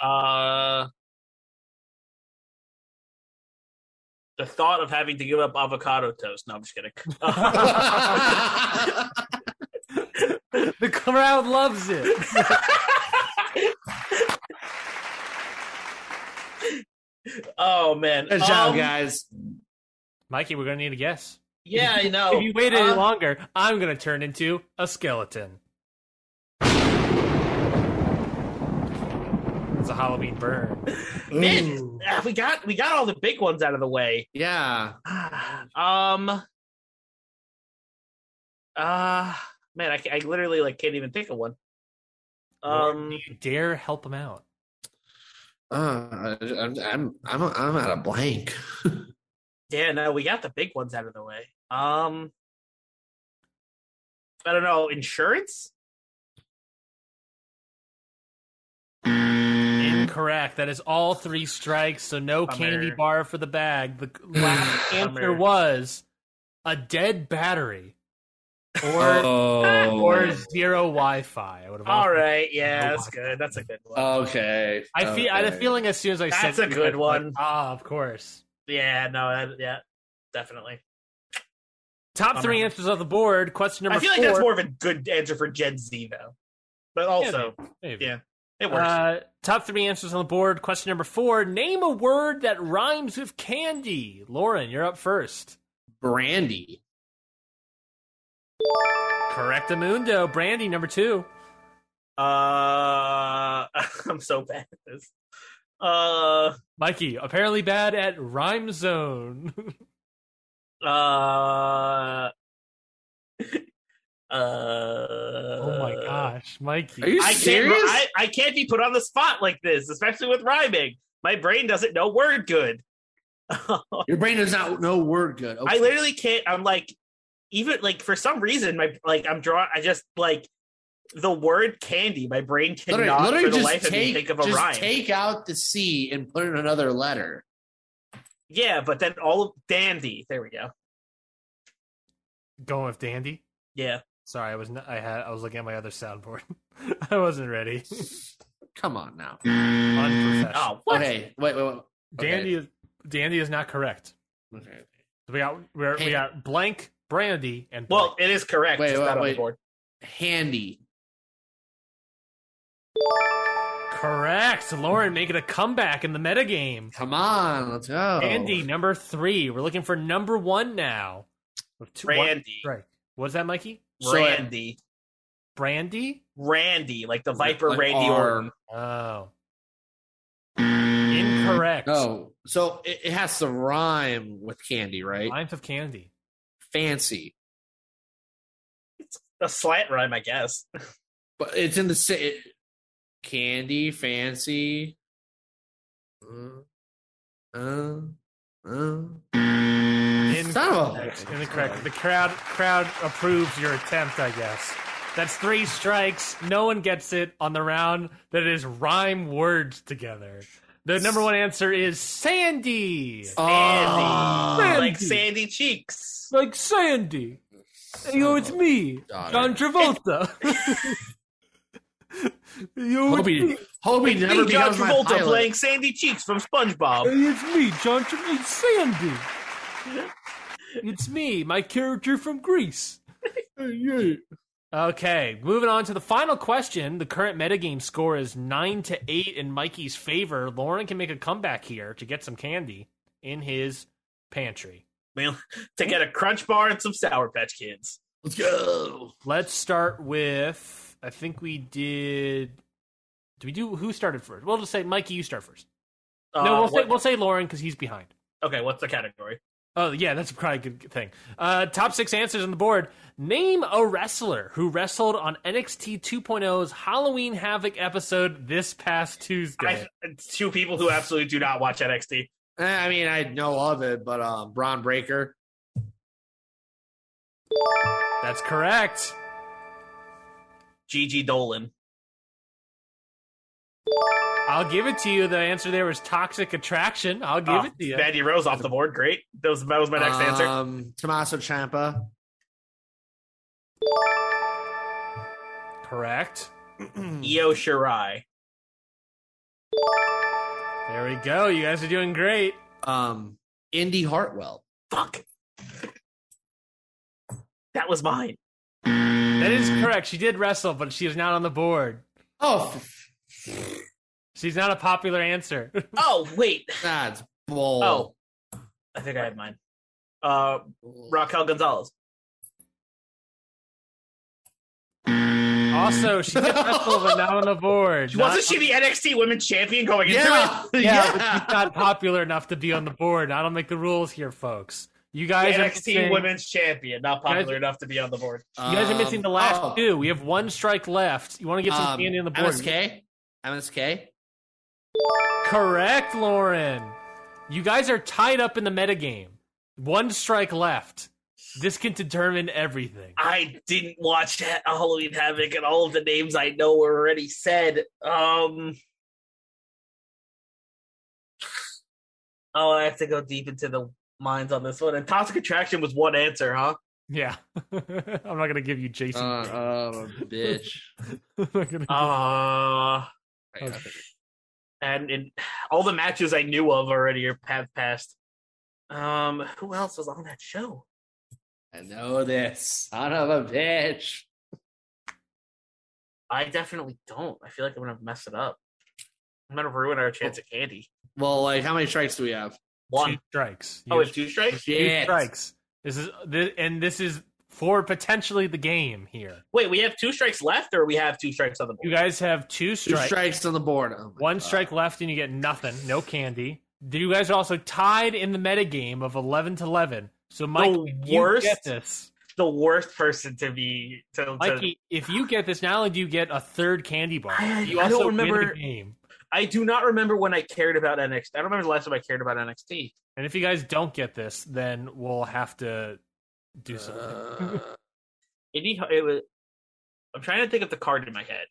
A: Uh, the thought of having to give up avocado toast. No, I'm just kidding. *laughs*
C: *laughs*
B: The crowd loves it.
A: oh man!
C: Good job,
A: Um,
C: guys.
B: Mikey, we're gonna need a guess.
A: Yeah, I
C: Oh,
A: know.
B: if *laughs* you wait any
C: um,
A: Uh,
B: longer, I'm gonna turn into a skeleton. It's a Halloween burn.
A: man,
C: Ooh.
A: ah, we got we got all the big ones out of the way.
C: Yeah.
A: um. Uh man, I, ca- I literally like can't even think of one. Um,
B: You dare help him out.
C: Uh, I- I'm I'm I'm I'm at a blank.
A: yeah, no, we got the big ones out of the way. Um, I don't know, insurance.
B: Incorrect. That is all three strikes, so no
A: Bummer.
B: candy bar for the
A: *sighs*
B: bag. The last answer
A: Bummer.
B: was a dead battery. or or
C: Oh,
B: zero Wi-Fi. I would have.
A: All right, yeah, that's good. That's a good one.
B: Uh,
C: okay.
B: I feel. I had a
C: okay.
B: feeling as soon as I said
A: That's a good
B: I'd be
A: one.
B: like, Ah, of course.
A: yeah, no, that, yeah, definitely.
B: Top three
A: Bummer.
B: answers off the board. Question number
A: I feel like
B: four.
A: that's more of a good answer for Gen Z though, but also
B: Maybe.
A: yeah, it works.
B: Uh, top three answers on the board. Question number four. Name a word that rhymes with candy. Lauren, you're up first.
C: Brandy.
B: Correct, Amundo. Brandy, number two.
A: Uh, *laughs* I'm so bad at this. Uh,
B: Mikey, apparently bad at rhyme zone. *laughs*
A: uh, uh.
B: oh
A: Oh
B: my gosh, Mikey.
C: Uh, Are you
A: I can't.
C: serious?
A: I, I can't be put on the spot like this, especially with rhyming. My brain doesn't know word good. *laughs*
C: Your brain does not know word good.
A: I literally can't. I'm like, even like for some reason, my like I'm drawing. I just like the word candy. My brain cannot
C: literally, literally
A: for the
C: just
A: life of me
C: take
A: think of a
C: just
A: rhyme.
C: take out the C and put in another letter.
A: Yeah, but then all of dandy. There we go.
B: Going with Dandy.
A: Yeah.
B: Sorry, I was not, I had I was looking at my other soundboard. *laughs* I wasn't ready.
C: Come on now.
B: *laughs* Unprofessional.
A: Oh, what?
C: Mm, Okay, wait, wait, wait.
B: Dandy is Dandy is not correct.
C: Okay.
B: We got we're, we
C: Hey.
B: got blank brandy and
A: Well,
B: blank.
A: it is correct.
C: Wait,
A: It's
C: wait,
A: not on the
C: wait.
A: board.
C: Handy.
B: correct. Lauren making a comeback in the metagame.
C: Come on, let's go.
B: Dandy number three. We're looking for number one now. With two- one
A: Randy.
B: strike. What's that, Mikey?
C: So- uh,
A: Randy.
B: Brandy.
A: Randy, like the Viper
C: Like
A: Randy
C: R.
A: Orton.
B: Oh,
C: Mm.
B: incorrect.
A: Oh.
C: No, so it, it has to rhyme with candy, right?
B: Lines of candy.
C: Fancy,
A: A slant rhyme, I guess.
C: but it's in the sa- it, candy fancy. Uh, uh, uh.
B: Incorrect. Incorrect. The crowd crowd approves your attempt, I guess. That's three strikes. No one gets it on the round that is rhyme words together. The number one answer is Sandy.
C: Oh.
A: Sandy. Like Sandy Cheeks.
B: Like Sandy. Yo, it's me,
C: Got
B: John
C: it.
B: Travolta. *laughs* Yo,
C: Hope
B: it's
C: he,
B: me.
C: hope he never
A: Me, John
C: becomes my
A: Travolta
C: pilot.
A: playing Sandy Cheeks from SpongeBob.
B: Hey, Oh, it's me, John. Tra- It's Sandy. It's me, my character from Greece. Okay, moving on to the final question. The current metagame score is nine to eight in Mikey's favor. Lauren can make a comeback here to get some candy in his pantry.
A: Well, to get a crunch bar and some Sour Patch Kids.
C: Let's go.
B: Let's start with. I think we did. Do we do who started first? We'll just say Mikey. You start first.
A: Uh,
B: no, we'll say
A: what-
B: we'll say Lauren because he's behind.
A: okay, what's the category?
B: Oh yeah, that's probably a good thing. Uh, top six answers on the board. Name a wrestler who wrestled on NXT 2.0's Halloween Havoc episode this past Tuesday.
A: I, two people who absolutely do not watch NXT.
C: Eh, I mean, I know of it, but um, Braun Breaker.
B: That's correct.
A: Gigi Dolan.
B: I'll give it to you. The answer there was Toxic Attraction. I'll give
A: Oh,
B: it to you.
A: Mandy Rose off the board. Great. That was, that was my next answer.
C: Um, Tommaso Ciampa.
B: Correct. *clears throat*
A: Io Shirai.
B: There we go. You guys are doing great.
C: um, Indy Hartwell.
A: Fuck. That was mine.
B: That is correct. She did wrestle, but she is not on the board.
C: Oh, f-
B: She's not a popular answer. *laughs*
A: Oh, wait.
C: that's bull.
A: Oh. I think I had mine. Uh, Raquel Gonzalez.
B: also, she did wrestle, but not on the board. Not-
A: Wasn't she the NXT Women's Champion going into it?
C: yeah,
B: yeah, *laughs* but she's not popular enough to be on the board. I don't make the rules here, folks. You guys, are
A: NXT
B: missing,
A: Women's Champion, not popular
B: Guys-
A: enough to be on the board.
B: you guys are
A: Um,
C: Um,
B: missing the last
A: oh.
C: oh,
B: two. We have one strike left. You want to get some candy on the board?
C: MSK. MSK.
B: Correct, Lauren. You guys are tied up in the metagame. One strike left. This can determine everything.
A: I didn't watch Ha- Halloween Havoc, and all of the names I know were already said. Um,
B: *laughs*
A: oh, I have to go deep into the minds on this one. And Toxic Attraction was one answer, huh?
B: Yeah, I'm not gonna give you
C: Uh,
B: Jason.
C: uh, bitch.
B: *laughs* I'm not gonna-
A: Uh,
B: Oh,
C: I got it.
A: and in, all the matches I knew of already are, have passed. Um, who else was on that show?
C: I know this. Son of a bitch.
A: I definitely don't. I feel like I'm gonna mess it up. I'm gonna ruin our
B: Oh.
A: chance at candy.
C: Well, like, how many strikes do we have?
B: Two
A: One.
B: strikes.
A: Oh,
B: You-
A: it's two strikes.
B: two strikes. This is this, and this is for potentially the game here.
A: Wait, we have two strikes left, or we have two strikes on the
B: You
A: board.
B: guys have two
C: Two
B: strikes.
C: strikes on the board. Oh my
B: One
C: God.
B: strike left, and you get nothing. No candy. You guys are also tied in the metagame of 11 to 11. So, Mike,
A: The
B: if you
A: worst-
B: get this,
A: the worst person to be to. to-
B: Mikey, if you get this, not only do you get a third candy bar,
A: I- I-
B: you
A: I don't
B: also win
A: remember-
B: the game.
A: I do not remember when I cared about NXT. I don't remember the last time I cared about NXT.
B: And if you guys don't get this, then we'll have to do something.
C: Uh,
A: Indy, it was. I'm trying to think of the card in my head.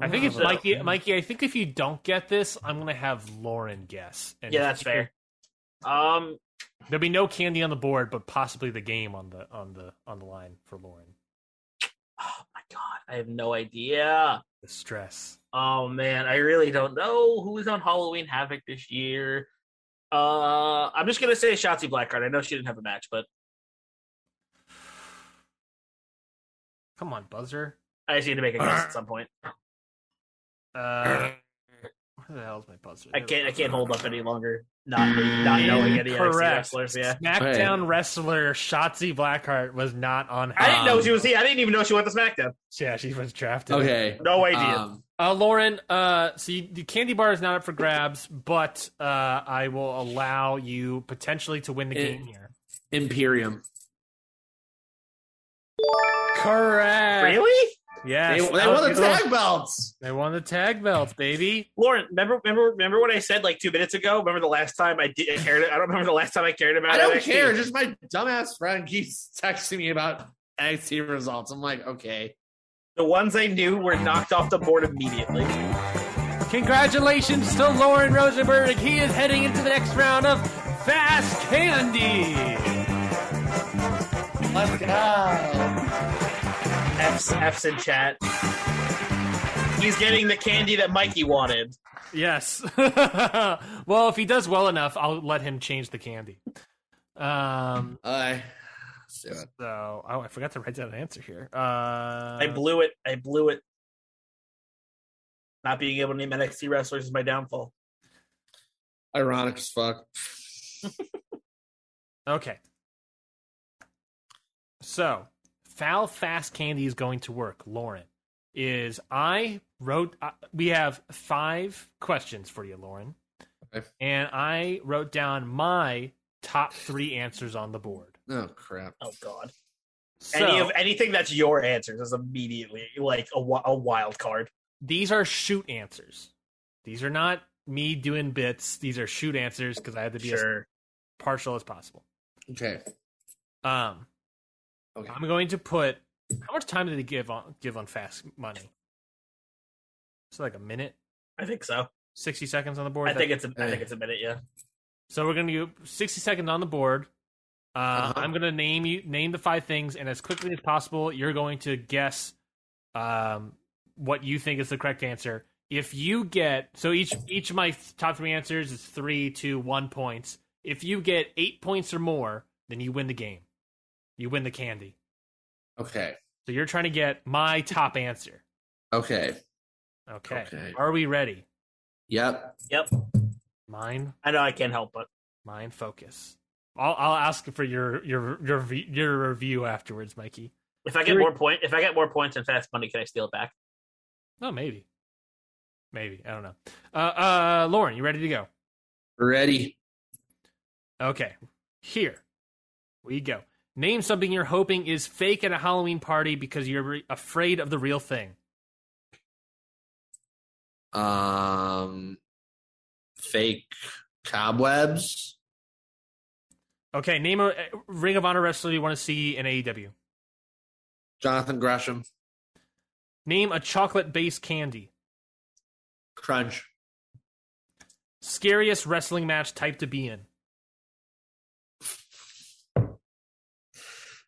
B: I think it's
A: So-
B: Mikey. Mikey, I think if you don't get this, I'm gonna have Lauren guess. And
A: yeah,
B: if-
A: that's fair. Um,
B: There'll be no candy on the board, but possibly the game on the on the on the line for Lauren.
A: oh my god, I have no idea.
B: The stress.
A: Oh man, I really don't know who's on Halloween Havoc this year. Uh, I'm just gonna say Shotzi Blackheart. I know she didn't have a match, but
B: Come on, buzzer.
A: I just need to make a guess at some point.
B: Uh,
C: *clears throat*
B: where the hell's my buzzer?
A: I can't. I can't hold up any longer. Not not knowing any NXT
B: Correct.
A: wrestlers. Yeah,
B: SmackDown wrestler Shotzi Blackheart was not on.
A: I didn't know
C: Um,
A: she was here. I didn't even know she went to SmackDown.
B: Yeah, she was drafted.
C: okay.
A: No idea.
C: Um,
B: Uh, Lauren, uh, so you, the candy bar is not up for grabs, but uh, I will allow you potentially to win the
C: Eh.
B: game here.
C: Imperium. uh,
B: Correct.
A: really?
B: Yes.
C: They, they
B: That was
C: won the
B: good.
C: tag belts.
B: They won the tag belts, baby.
A: Lauren, remember, remember, remember what I said like two minutes ago? Remember the last time I did I cared? I don't remember the last time I cared about.
C: I don't
A: NXT.
C: care. Just my dumbass friend keeps texting me about NXT results. I'm like, okay.
A: The ones I knew were knocked off the board immediately.
B: Congratulations to Lauren Rosenberg. He is heading into the next round of Fast Candy.
C: Let's go.
A: F's, F's in chat. He's getting the candy that Mikey wanted.
B: Yes. *laughs* well, if he does well enough, I'll let him change the candy. Um.
C: All right. Let's do it.
B: So, oh, I forgot to write down an answer here. Uh,
A: I blew it. I blew it. Not being able to name NXT wrestlers is my downfall.
C: Ironic as fuck.
B: Okay. So, foul fast candy is going to work. Lauren is I wrote. Uh, we have five questions for you, Lauren,
C: Okay.
B: and I wrote down my top three answers on the board.
C: Oh, crap.
A: Oh God!
B: So
A: Any of anything that's your answers is immediately like a, wi- a wild card.
B: these are shoot answers. These are not me doing bits. These are shoot answers because I had to be as
A: Sure.
B: partial as possible.
C: Okay.
B: Um,
C: Okay.
B: I'm going to put. How much time did they give on give on fast money? It's like a minute,
A: I think so.
B: sixty seconds on the board.
A: I think it's. A, I
C: eh.
A: think it's a minute. Yeah.
B: so. We're going to do sixty seconds on the board. Uh,
C: Uh-huh.
B: I'm going to name you name the five things, and as quickly as possible, you're going to guess um, what you think is the correct answer. If you get so each each of my top three answers is three, two, one points. If you get eight points or more, then you win the game. You win the candy.
C: Okay.
B: So you're trying to get my top answer.
C: Okay.
B: Okay.
C: Okay.
B: Are we ready?
C: Yep.
A: Yep.
B: Mine,
A: I know I can't help but.
B: mine focus. I'll I'll ask for your your your v- your review afterwards, Mikey.
A: If I get
B: Here-
A: more point, if I get more points in Fast Money, can I steal it back?
B: No, Oh, maybe, maybe I don't know. Uh, uh, Lauren, you ready to go?
C: Ready.
B: Okay, here we go. Name something you're hoping is fake at a Halloween party because you're re- afraid of the real thing.
C: Um, fake cobwebs.
B: Okay, name a uh, Ring of Honor wrestler you want to see in E AEW.
C: Jonathan Gresham.
B: Name a chocolate-based candy.
C: Crunch.
B: Scariest wrestling match type to be in.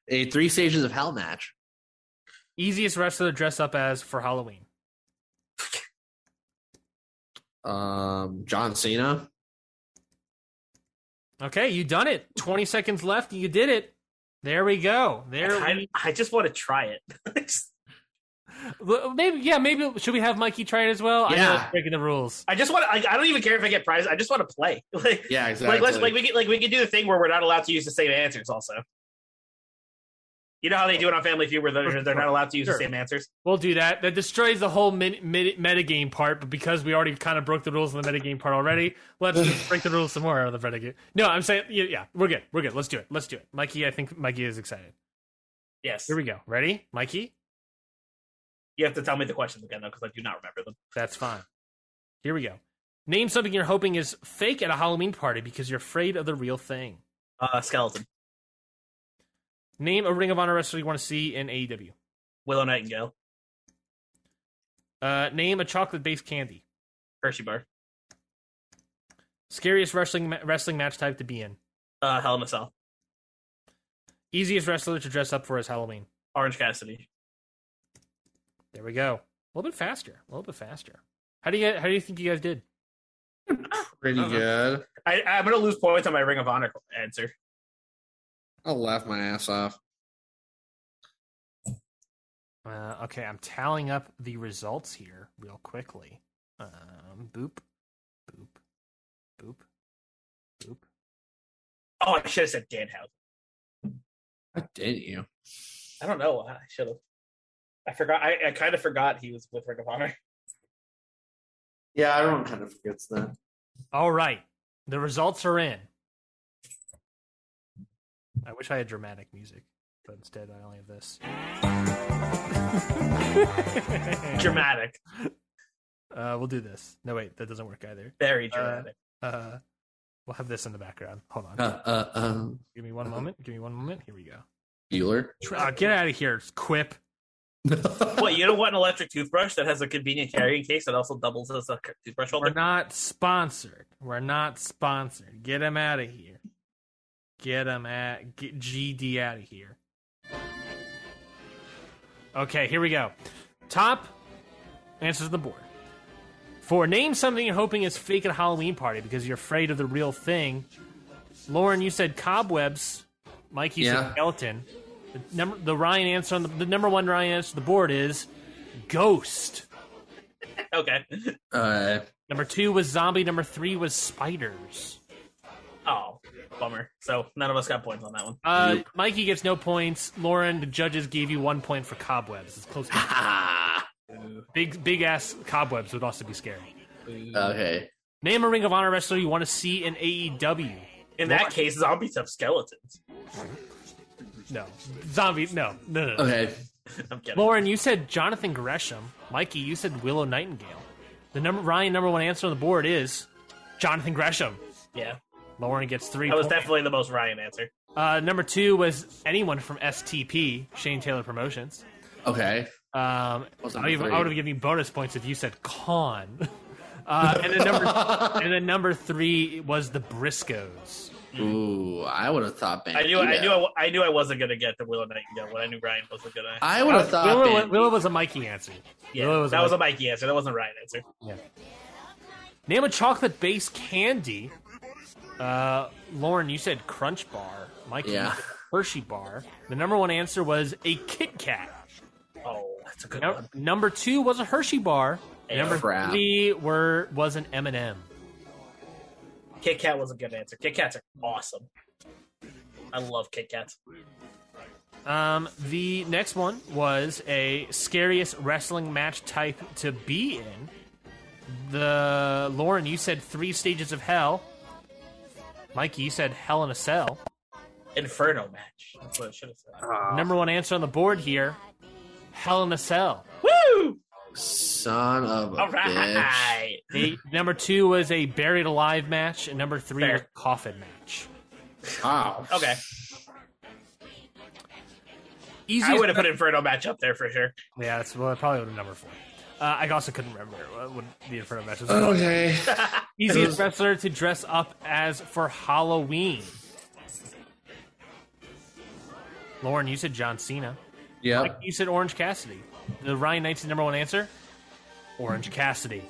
C: a three stages of hell match.
B: Easiest wrestler to dress up as for Halloween.
C: Um, John Cena.
B: Okay, you done it. Twenty seconds left. You did it. There we go. There.
A: I,
B: We...
A: I just want to try it. *laughs*
B: Well, Maybe yeah. Maybe should we have Mikey try it as well? I know
C: Yeah.
B: it's breaking the rules.
A: I just want. I, I don't even care if I get prizes. I just want to play. *laughs* Like,
C: Yeah, exactly.
A: like let's like we can like we can do the thing where we're not allowed to use the same answers. Also, you know how they do it on Family Feud, where they're, they're not allowed to use
B: Sure.
A: the same answers.
B: We'll do that. That destroys the whole min- min- metagame part, but because we already kind of broke the rules in the metagame part already, let's just break the rules some more out of the metagame. No, I'm saying, yeah, yeah, we're good. We're good. Let's do it. Let's do it. Mikey, I think Mikey is excited.
A: Yes,
B: Here we go. Ready? Mikey?
A: you have to tell me the questions again though, because I do not remember them.
B: That's fine. Here we go. Name something you're hoping is fake at a Halloween party because you're afraid of the real thing.
A: Uh, skeleton,
B: Name a Ring of Honor wrestler you want to see in E AEW.
A: Willow Nightingale,
B: Uh, name a chocolate based candy.
A: Hershey bar,
B: Scariest wrestling ma- wrestling match type to be in.
A: uh, Hell in a Cell,
B: Easiest wrestler to dress up for as Halloween.
A: Orange Cassidy.
B: There we go. A little bit faster. A little bit faster. How do you how do you think you guys did?
C: Pretty
A: Uh-huh.
C: good.
A: I, I'm gonna lose points on my Ring of Honor answer.
C: I'll laugh my ass off.
B: Uh, okay, I'm tallying up the results here real quickly. Um, boop, boop, boop, boop.
A: Oh, I should have said Danhausen.
C: How did you?
A: I don't know. I should have. I forgot. I, I kind of forgot he was with Ring of Honor.
C: Yeah, everyone kind of forgets that.
B: All right, the results are in. I wish I had dramatic music, but instead I only have *laughs* this.
A: *laughs* Dramatic,
B: uh, we'll do this. No, wait, that doesn't work either.
A: very dramatic.
B: Uh, we'll have this in the background. Hold on.
C: Uh, uh, uh,
B: Give me one moment. Give me one moment. Here we go.
C: Bueller. *laughs*
B: Ah, get out of here, quip.
A: What you don't want an electric toothbrush that has a convenient carrying case that also doubles as a c- toothbrush
B: We're
A: holder?
B: not sponsored. We're not sponsored. Get him out of here. Get him at get GD out of here. Okay, here we go. Top answers the board. For name something you're hoping is fake at a Halloween party because you're afraid of the real thing. Lauren, you said cobwebs. Mike, you said
C: Yeah.
B: skeleton. The number the Ryan answer on the, the number one Ryan answer on the board is ghost.
A: Okay. *laughs*
C: Uh, *laughs*
B: Number two was zombie. Number three was spiders.
A: Oh, bummer. So none of us got points on that one.
B: Uh,
C: Nope.
B: Mikey gets no points. Lauren, the judges gave you one point for cobwebs. It's close.
C: *laughs*
B: To
C: ah,
B: big, big ass cobwebs would also be scary.
C: okay.
B: Name a Ring of Honor wrestler you want to see in E AEW.
A: In that case, zombies have skeletons. *laughs*
B: No, zombie. No, no, no. no.
C: Okay.
A: I'm kidding.
B: Lauren, you said Jonathan Gresham. Mikey, you said Willow Nightingale. The number Ryan number one answer on the board is Jonathan Gresham.
A: yeah,
B: Lauren gets three.
A: that was
B: points.
A: definitely the most Ryan answer.
B: uh, number two was anyone from STP Shane Taylor Promotions.
C: Okay.
B: Um,
C: Was
B: I,
C: number
B: would have,
C: three.
B: I would have given you bonus points if you said con. *laughs* Uh, and then number and then number three was the Briscoes.
C: Ooh, I would have thought
A: Mm-hmm. I knew, I
C: Bandito.
A: knew, I, I knew I wasn't gonna get the Willow Nightingale when I knew Ryan wasn't gonna.
C: I would have thought
B: Willow,
C: Bandito.
B: Willow was a Mikey answer.
A: Yeah,
B: Willow
A: that was
B: Mikey-
A: a Mikey answer. That wasn't a Ryan answer.
B: name a chocolate based candy. Uh, Lauren, you said Crunch Bar. Mikey, you
C: Yeah.
B: said Hershey Bar. The number one answer was a Kit Kat.
A: Oh, that's a good
B: Num-
A: one.
B: number two was a Hershey Bar.
A: Hey,
B: number
C: crap.
B: three were was an M and m
A: Kit Kat was a good answer. Kit Kats are awesome. I love Kit Kats.
B: Um, the next one was a scariest wrestling match type to be in. The Lauren, you said three stages of hell. Mikey, you said hell in a cell.
A: Inferno match. That's what I should have said.
B: Number one answer on the board here: hell in a cell.
A: Woo!
C: Son of a
A: All
C: bitch.
A: right.
B: The, number two was a buried alive match, and number three
A: Fair.
B: was coffin match.
C: Wow.
A: Okay. I
B: Easiest
A: would have put Inferno match up there for sure.
B: Yeah, that's well, probably would have number four. Uh, I also couldn't remember what, what the inferno match was.
A: *laughs*
C: Okay.
B: Easiest wrestler to dress up as for Halloween. Lauren, you said John Cena.
C: Yeah.
B: Mike, you said Orange Cassidy. The Ryan Knight's number one answer? Orange Cassidy.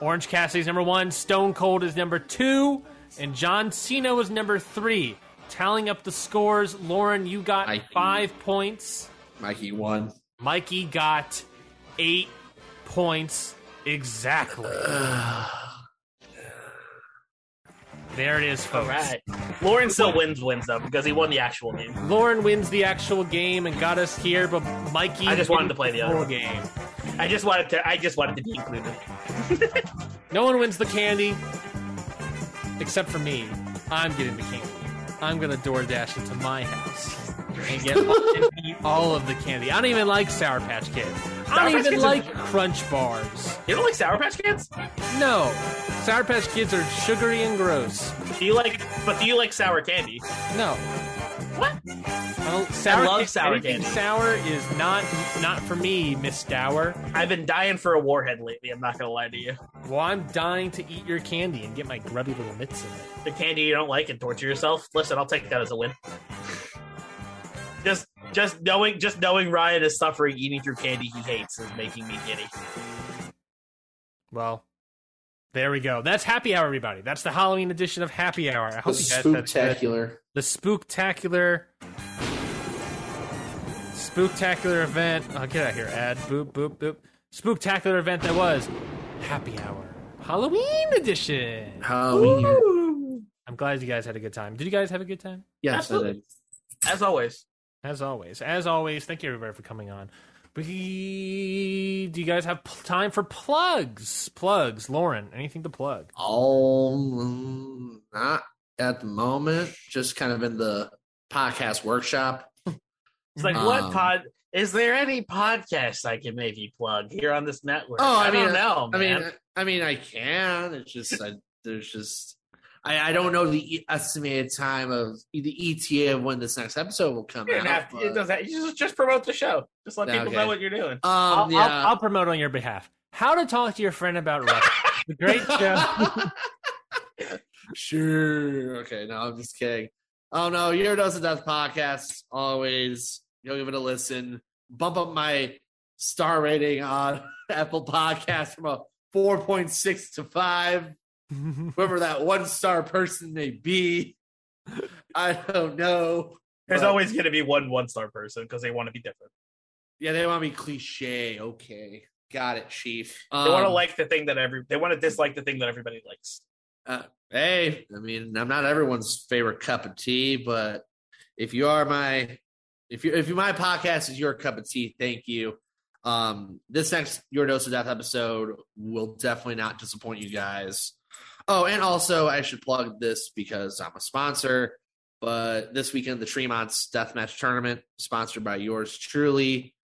B: Orange Cassidy's number one. Stone Cold is number two. And John Cena was number three. Tallying up the scores, Lauren, you got
C: Mikey.
B: five points.
C: Mikey won.
B: Mikey got eight points exactly. *sighs* there it is,
A: All
B: folks.
A: right. Lauren still wins wins though because he won the actual game.
B: Lauren wins the actual game and got us here, but Mikey.
A: I just wanted
B: wins
A: to play the
B: full
A: other one.
B: game.
A: I just wanted to. I just wanted to be included.
B: No one wins the candy, except for me. I'm getting the candy. I'm gonna DoorDash it to my house and get
A: *laughs*
B: and eat all of the candy. I don't even like Sour Patch Kids. I
A: Patch
B: don't even
A: Kids are-
B: like Crunch Bars.
A: You don't like Sour Patch Kids?
B: No, Sour Patch Kids are sugary and gross.
A: Do you like? But do you like sour candy?
B: No.
A: What?
B: I don't, sour,
A: love
B: ca-
A: sour
B: anything
A: candy.
B: Sour is not not for me, Miss Dower.
A: I've been dying for a warhead lately. I'm not gonna lie to you.
B: Well, I'm dying to eat your candy and get my grubby little mitts in it.
A: The candy you don't like and torture yourself. Listen, I'll take that as a win. Just, just knowing, just knowing Ryan is suffering eating through candy he hates is making me giddy.
B: Well, there we go. That's happy hour, everybody. That's the Halloween edition of Happy Hour. I
C: The
B: hope you guys got that.
C: spooktacular.
B: The spooktacular, spooktacular event. Oh, get out of here, Ed. Boop, boop, boop. Spooktacular event that was Happy Hour, Halloween edition.
C: Halloween.
B: I'm glad you guys had a good time. Did you guys have a good time?
C: Yes, I did.
A: As always,
B: As always, as always, thank you everybody for coming on. We, do you guys have pl- time for plugs? Plugs, Lauren, anything to plug?
C: Um, not at the moment. Just kind of in the podcast workshop.
A: it's like,
C: Um,
A: what pod? Is there any podcast I can maybe plug here on this network?
C: Oh, I
A: don't
C: mean,
A: know,
C: I
A: man.
C: mean, uh, I mean, I can. It's just I, there's just I, I don't know the e- estimated time of the ETA of when this next episode will come
A: you
C: out.
A: don't have to,
C: but-
A: it doesn't, you just, just promote the show. Just let
C: uh, Yeah,
A: people
C: okay.
A: know what you're doing.
C: um,
B: I'll,
C: yeah.
B: I'll, I'll promote on your behalf. How to talk to your friend about
A: *laughs*
B: Russia. the great show.
C: *laughs*
B: *laughs*
C: sure. Okay. No, I'm just kidding. Oh no, your dose of death podcast. Always, go give it a listen. Bump up my star rating on *laughs* Apple Podcast from a 4.6 to five. Whoever that one star person may be, I don't know.
A: There's
C: but-
A: always going to be one one star person because they want to be different.
C: Yeah, they want to be cliche. Okay, got it, Chief. Um,
A: They want to like the thing that every. They want to dislike the thing that everybody likes.
C: Hey, I mean, I'm not everyone's favorite cup of tea, but if you are my, if you if you my podcast is your cup of tea, thank you. Um, this next your dose of death episode will definitely not disappoint you guys. Oh, and also I should plug this because I'm a sponsor. But this weekend, the Tremont's Deathmatch Tournament, sponsored by yours truly.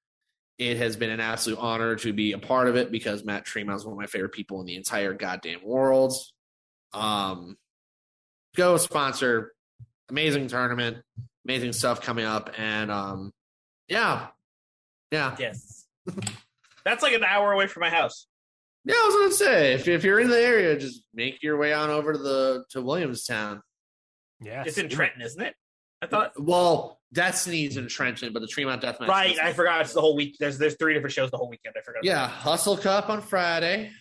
C: It has been an absolute honor to be a part of it because Matt Tremont is one of my favorite people in the entire goddamn world um go sponsor amazing tournament amazing stuff coming up and um yeah yeah *laughs*
A: Yes. That's like an hour away from my house.
C: yeah i was gonna say if, if you're in the area just make your way on over to the to williamstown
B: *laughs* yes.
A: It's in Trenton, isn't it? I thought.
C: well destiny's in trenton but the tremont deathmatch
A: Right, I forgot. It's the whole week. There's there's three different shows the whole weekend. I forgot.
C: yeah hustle cup on friday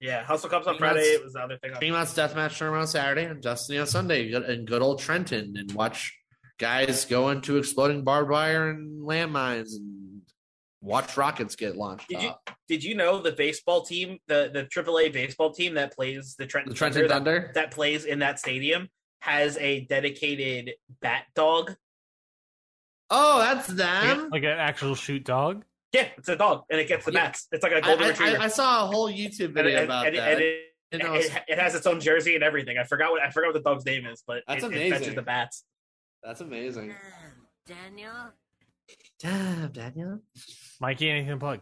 A: yeah. Hustle Cups on
C: Tremont's-
A: Friday. It was the other thing. On-
C: tremont's deathmatch tournament on saturday and destiny on sunday Good- in good old trenton and watch guys go into exploding barbed wire and landmines and watch rockets get launched
A: Did you-
C: off.
A: Did you know the baseball team, the the AAA baseball team that plays the Trenton,
C: The Trenton
A: Thunder,
C: Thunder?
A: that, that plays in that stadium has a dedicated bat dog?
C: Oh, that's them.
B: like an actual shoot dog.
A: Yeah, it's a dog, and it gets the
C: Yeah.
A: bats. It's like a
C: I,
A: golden
C: I-
A: retriever.
C: I- I saw a whole YouTube
A: and,
C: video
A: and-
C: about
A: and-
C: that.
A: and it,
C: And I was-
A: it, it has its own jersey and everything. I forgot what I forgot what the dog's name is, but
C: That's
A: it, it
C: amazing.
A: fetches the bats.
C: that's amazing.
E: Daniel?
C: Damn, Daniel.
B: Mikey, anything to plug?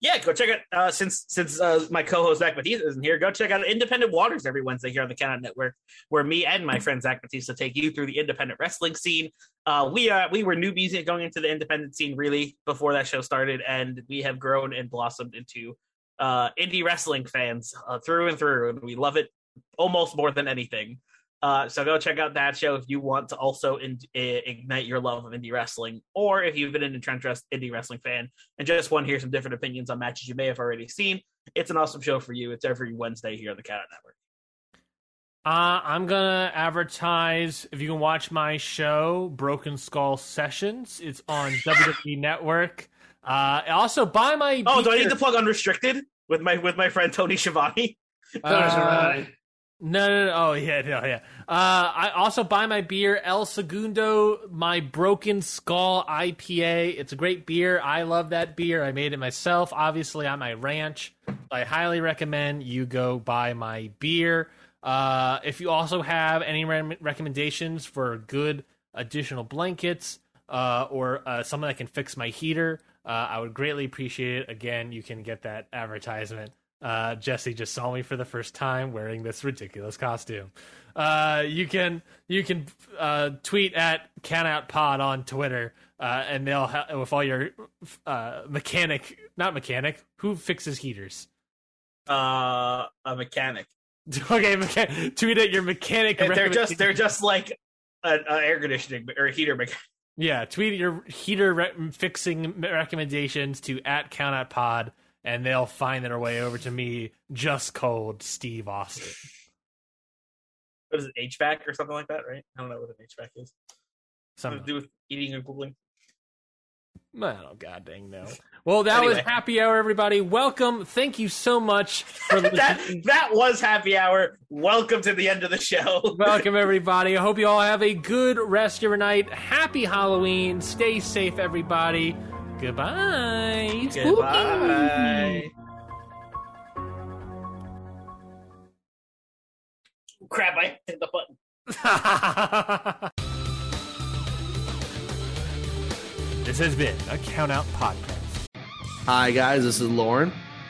A: Yeah, go check out uh, since since uh, my co-host Zach Batista isn't here. Go check out Independent Waters every Wednesday here on the Countdown Network, where me and my friend Zach Batista take you through the independent wrestling scene. Uh, we are we were newbies going into the independent scene really before that show started, and we have grown and blossomed into uh, indie wrestling fans uh, through and through, and we love it almost more than anything. Uh, so go check out that show if you want to also in, i- ignite your love of indie wrestling, or if you've been an entrenched rest- indie wrestling fan and just want to hear some different opinions on matches you may have already seen. It's an awesome show for you. It's every Wednesday here on the Cat Out Network.
B: Uh, I'm gonna advertise if you can watch my show, Broken Skull Sessions. It's on WWE Network. Uh, also buy my.
A: Oh, do I
B: beer.
A: need to plug Unrestricted with my with my friend Tony Schiavone?
B: Uh, No, no, no. Oh, yeah, no, yeah. Uh, I also buy my beer, El Segundo, my Broken Skull IPA. It's a great beer. I love that beer. I made it myself, obviously, on my ranch. I highly recommend you go buy my beer. Uh, if you also have any rem- recommendations for good additional blankets uh, or uh, something that can fix my heater, uh, I would greatly appreciate it. Again, you can get that advertisement uh, Jesse just saw me for the first time wearing this ridiculous costume. Uh, you can you can uh, tweet at CanOutPod on Twitter, uh, and they'll ha- with all your uh, mechanic, not mechanic, who fixes heaters. *laughs*
A: Uh, a mechanic.
B: okay, mecha- tweet at your mechanic.
A: They're just they're
B: recommendation-
A: just like an, an air conditioning or a heater mechanic.
B: yeah. Tweet at your heater re- fixing recommendations to at CanOutPod, and they'll find their way over to me. Just cold, Steve Austin.
A: What is it, HVAC or something like that? Right? I don't know what an HVAC is. Something to
B: Something.
A: do with heating and cooling.
B: I don't god dang no. Well, that was
A: Anyway.
B: happy hour, everybody. Welcome. Thank you so
F: *laughs*
B: much for
A: *laughs* that
B: listening.
A: that was happy hour. Welcome to the end of the show.
B: Welcome, everybody. I hope you all have a good rest of your night. Happy Halloween. Stay safe, everybody. Goodbye. It's *laughs* spooky.
A: Goodbye. Crap! I hit the button.
F: This has been a Countout Podcast.
C: Hi, guys. This is Lauren.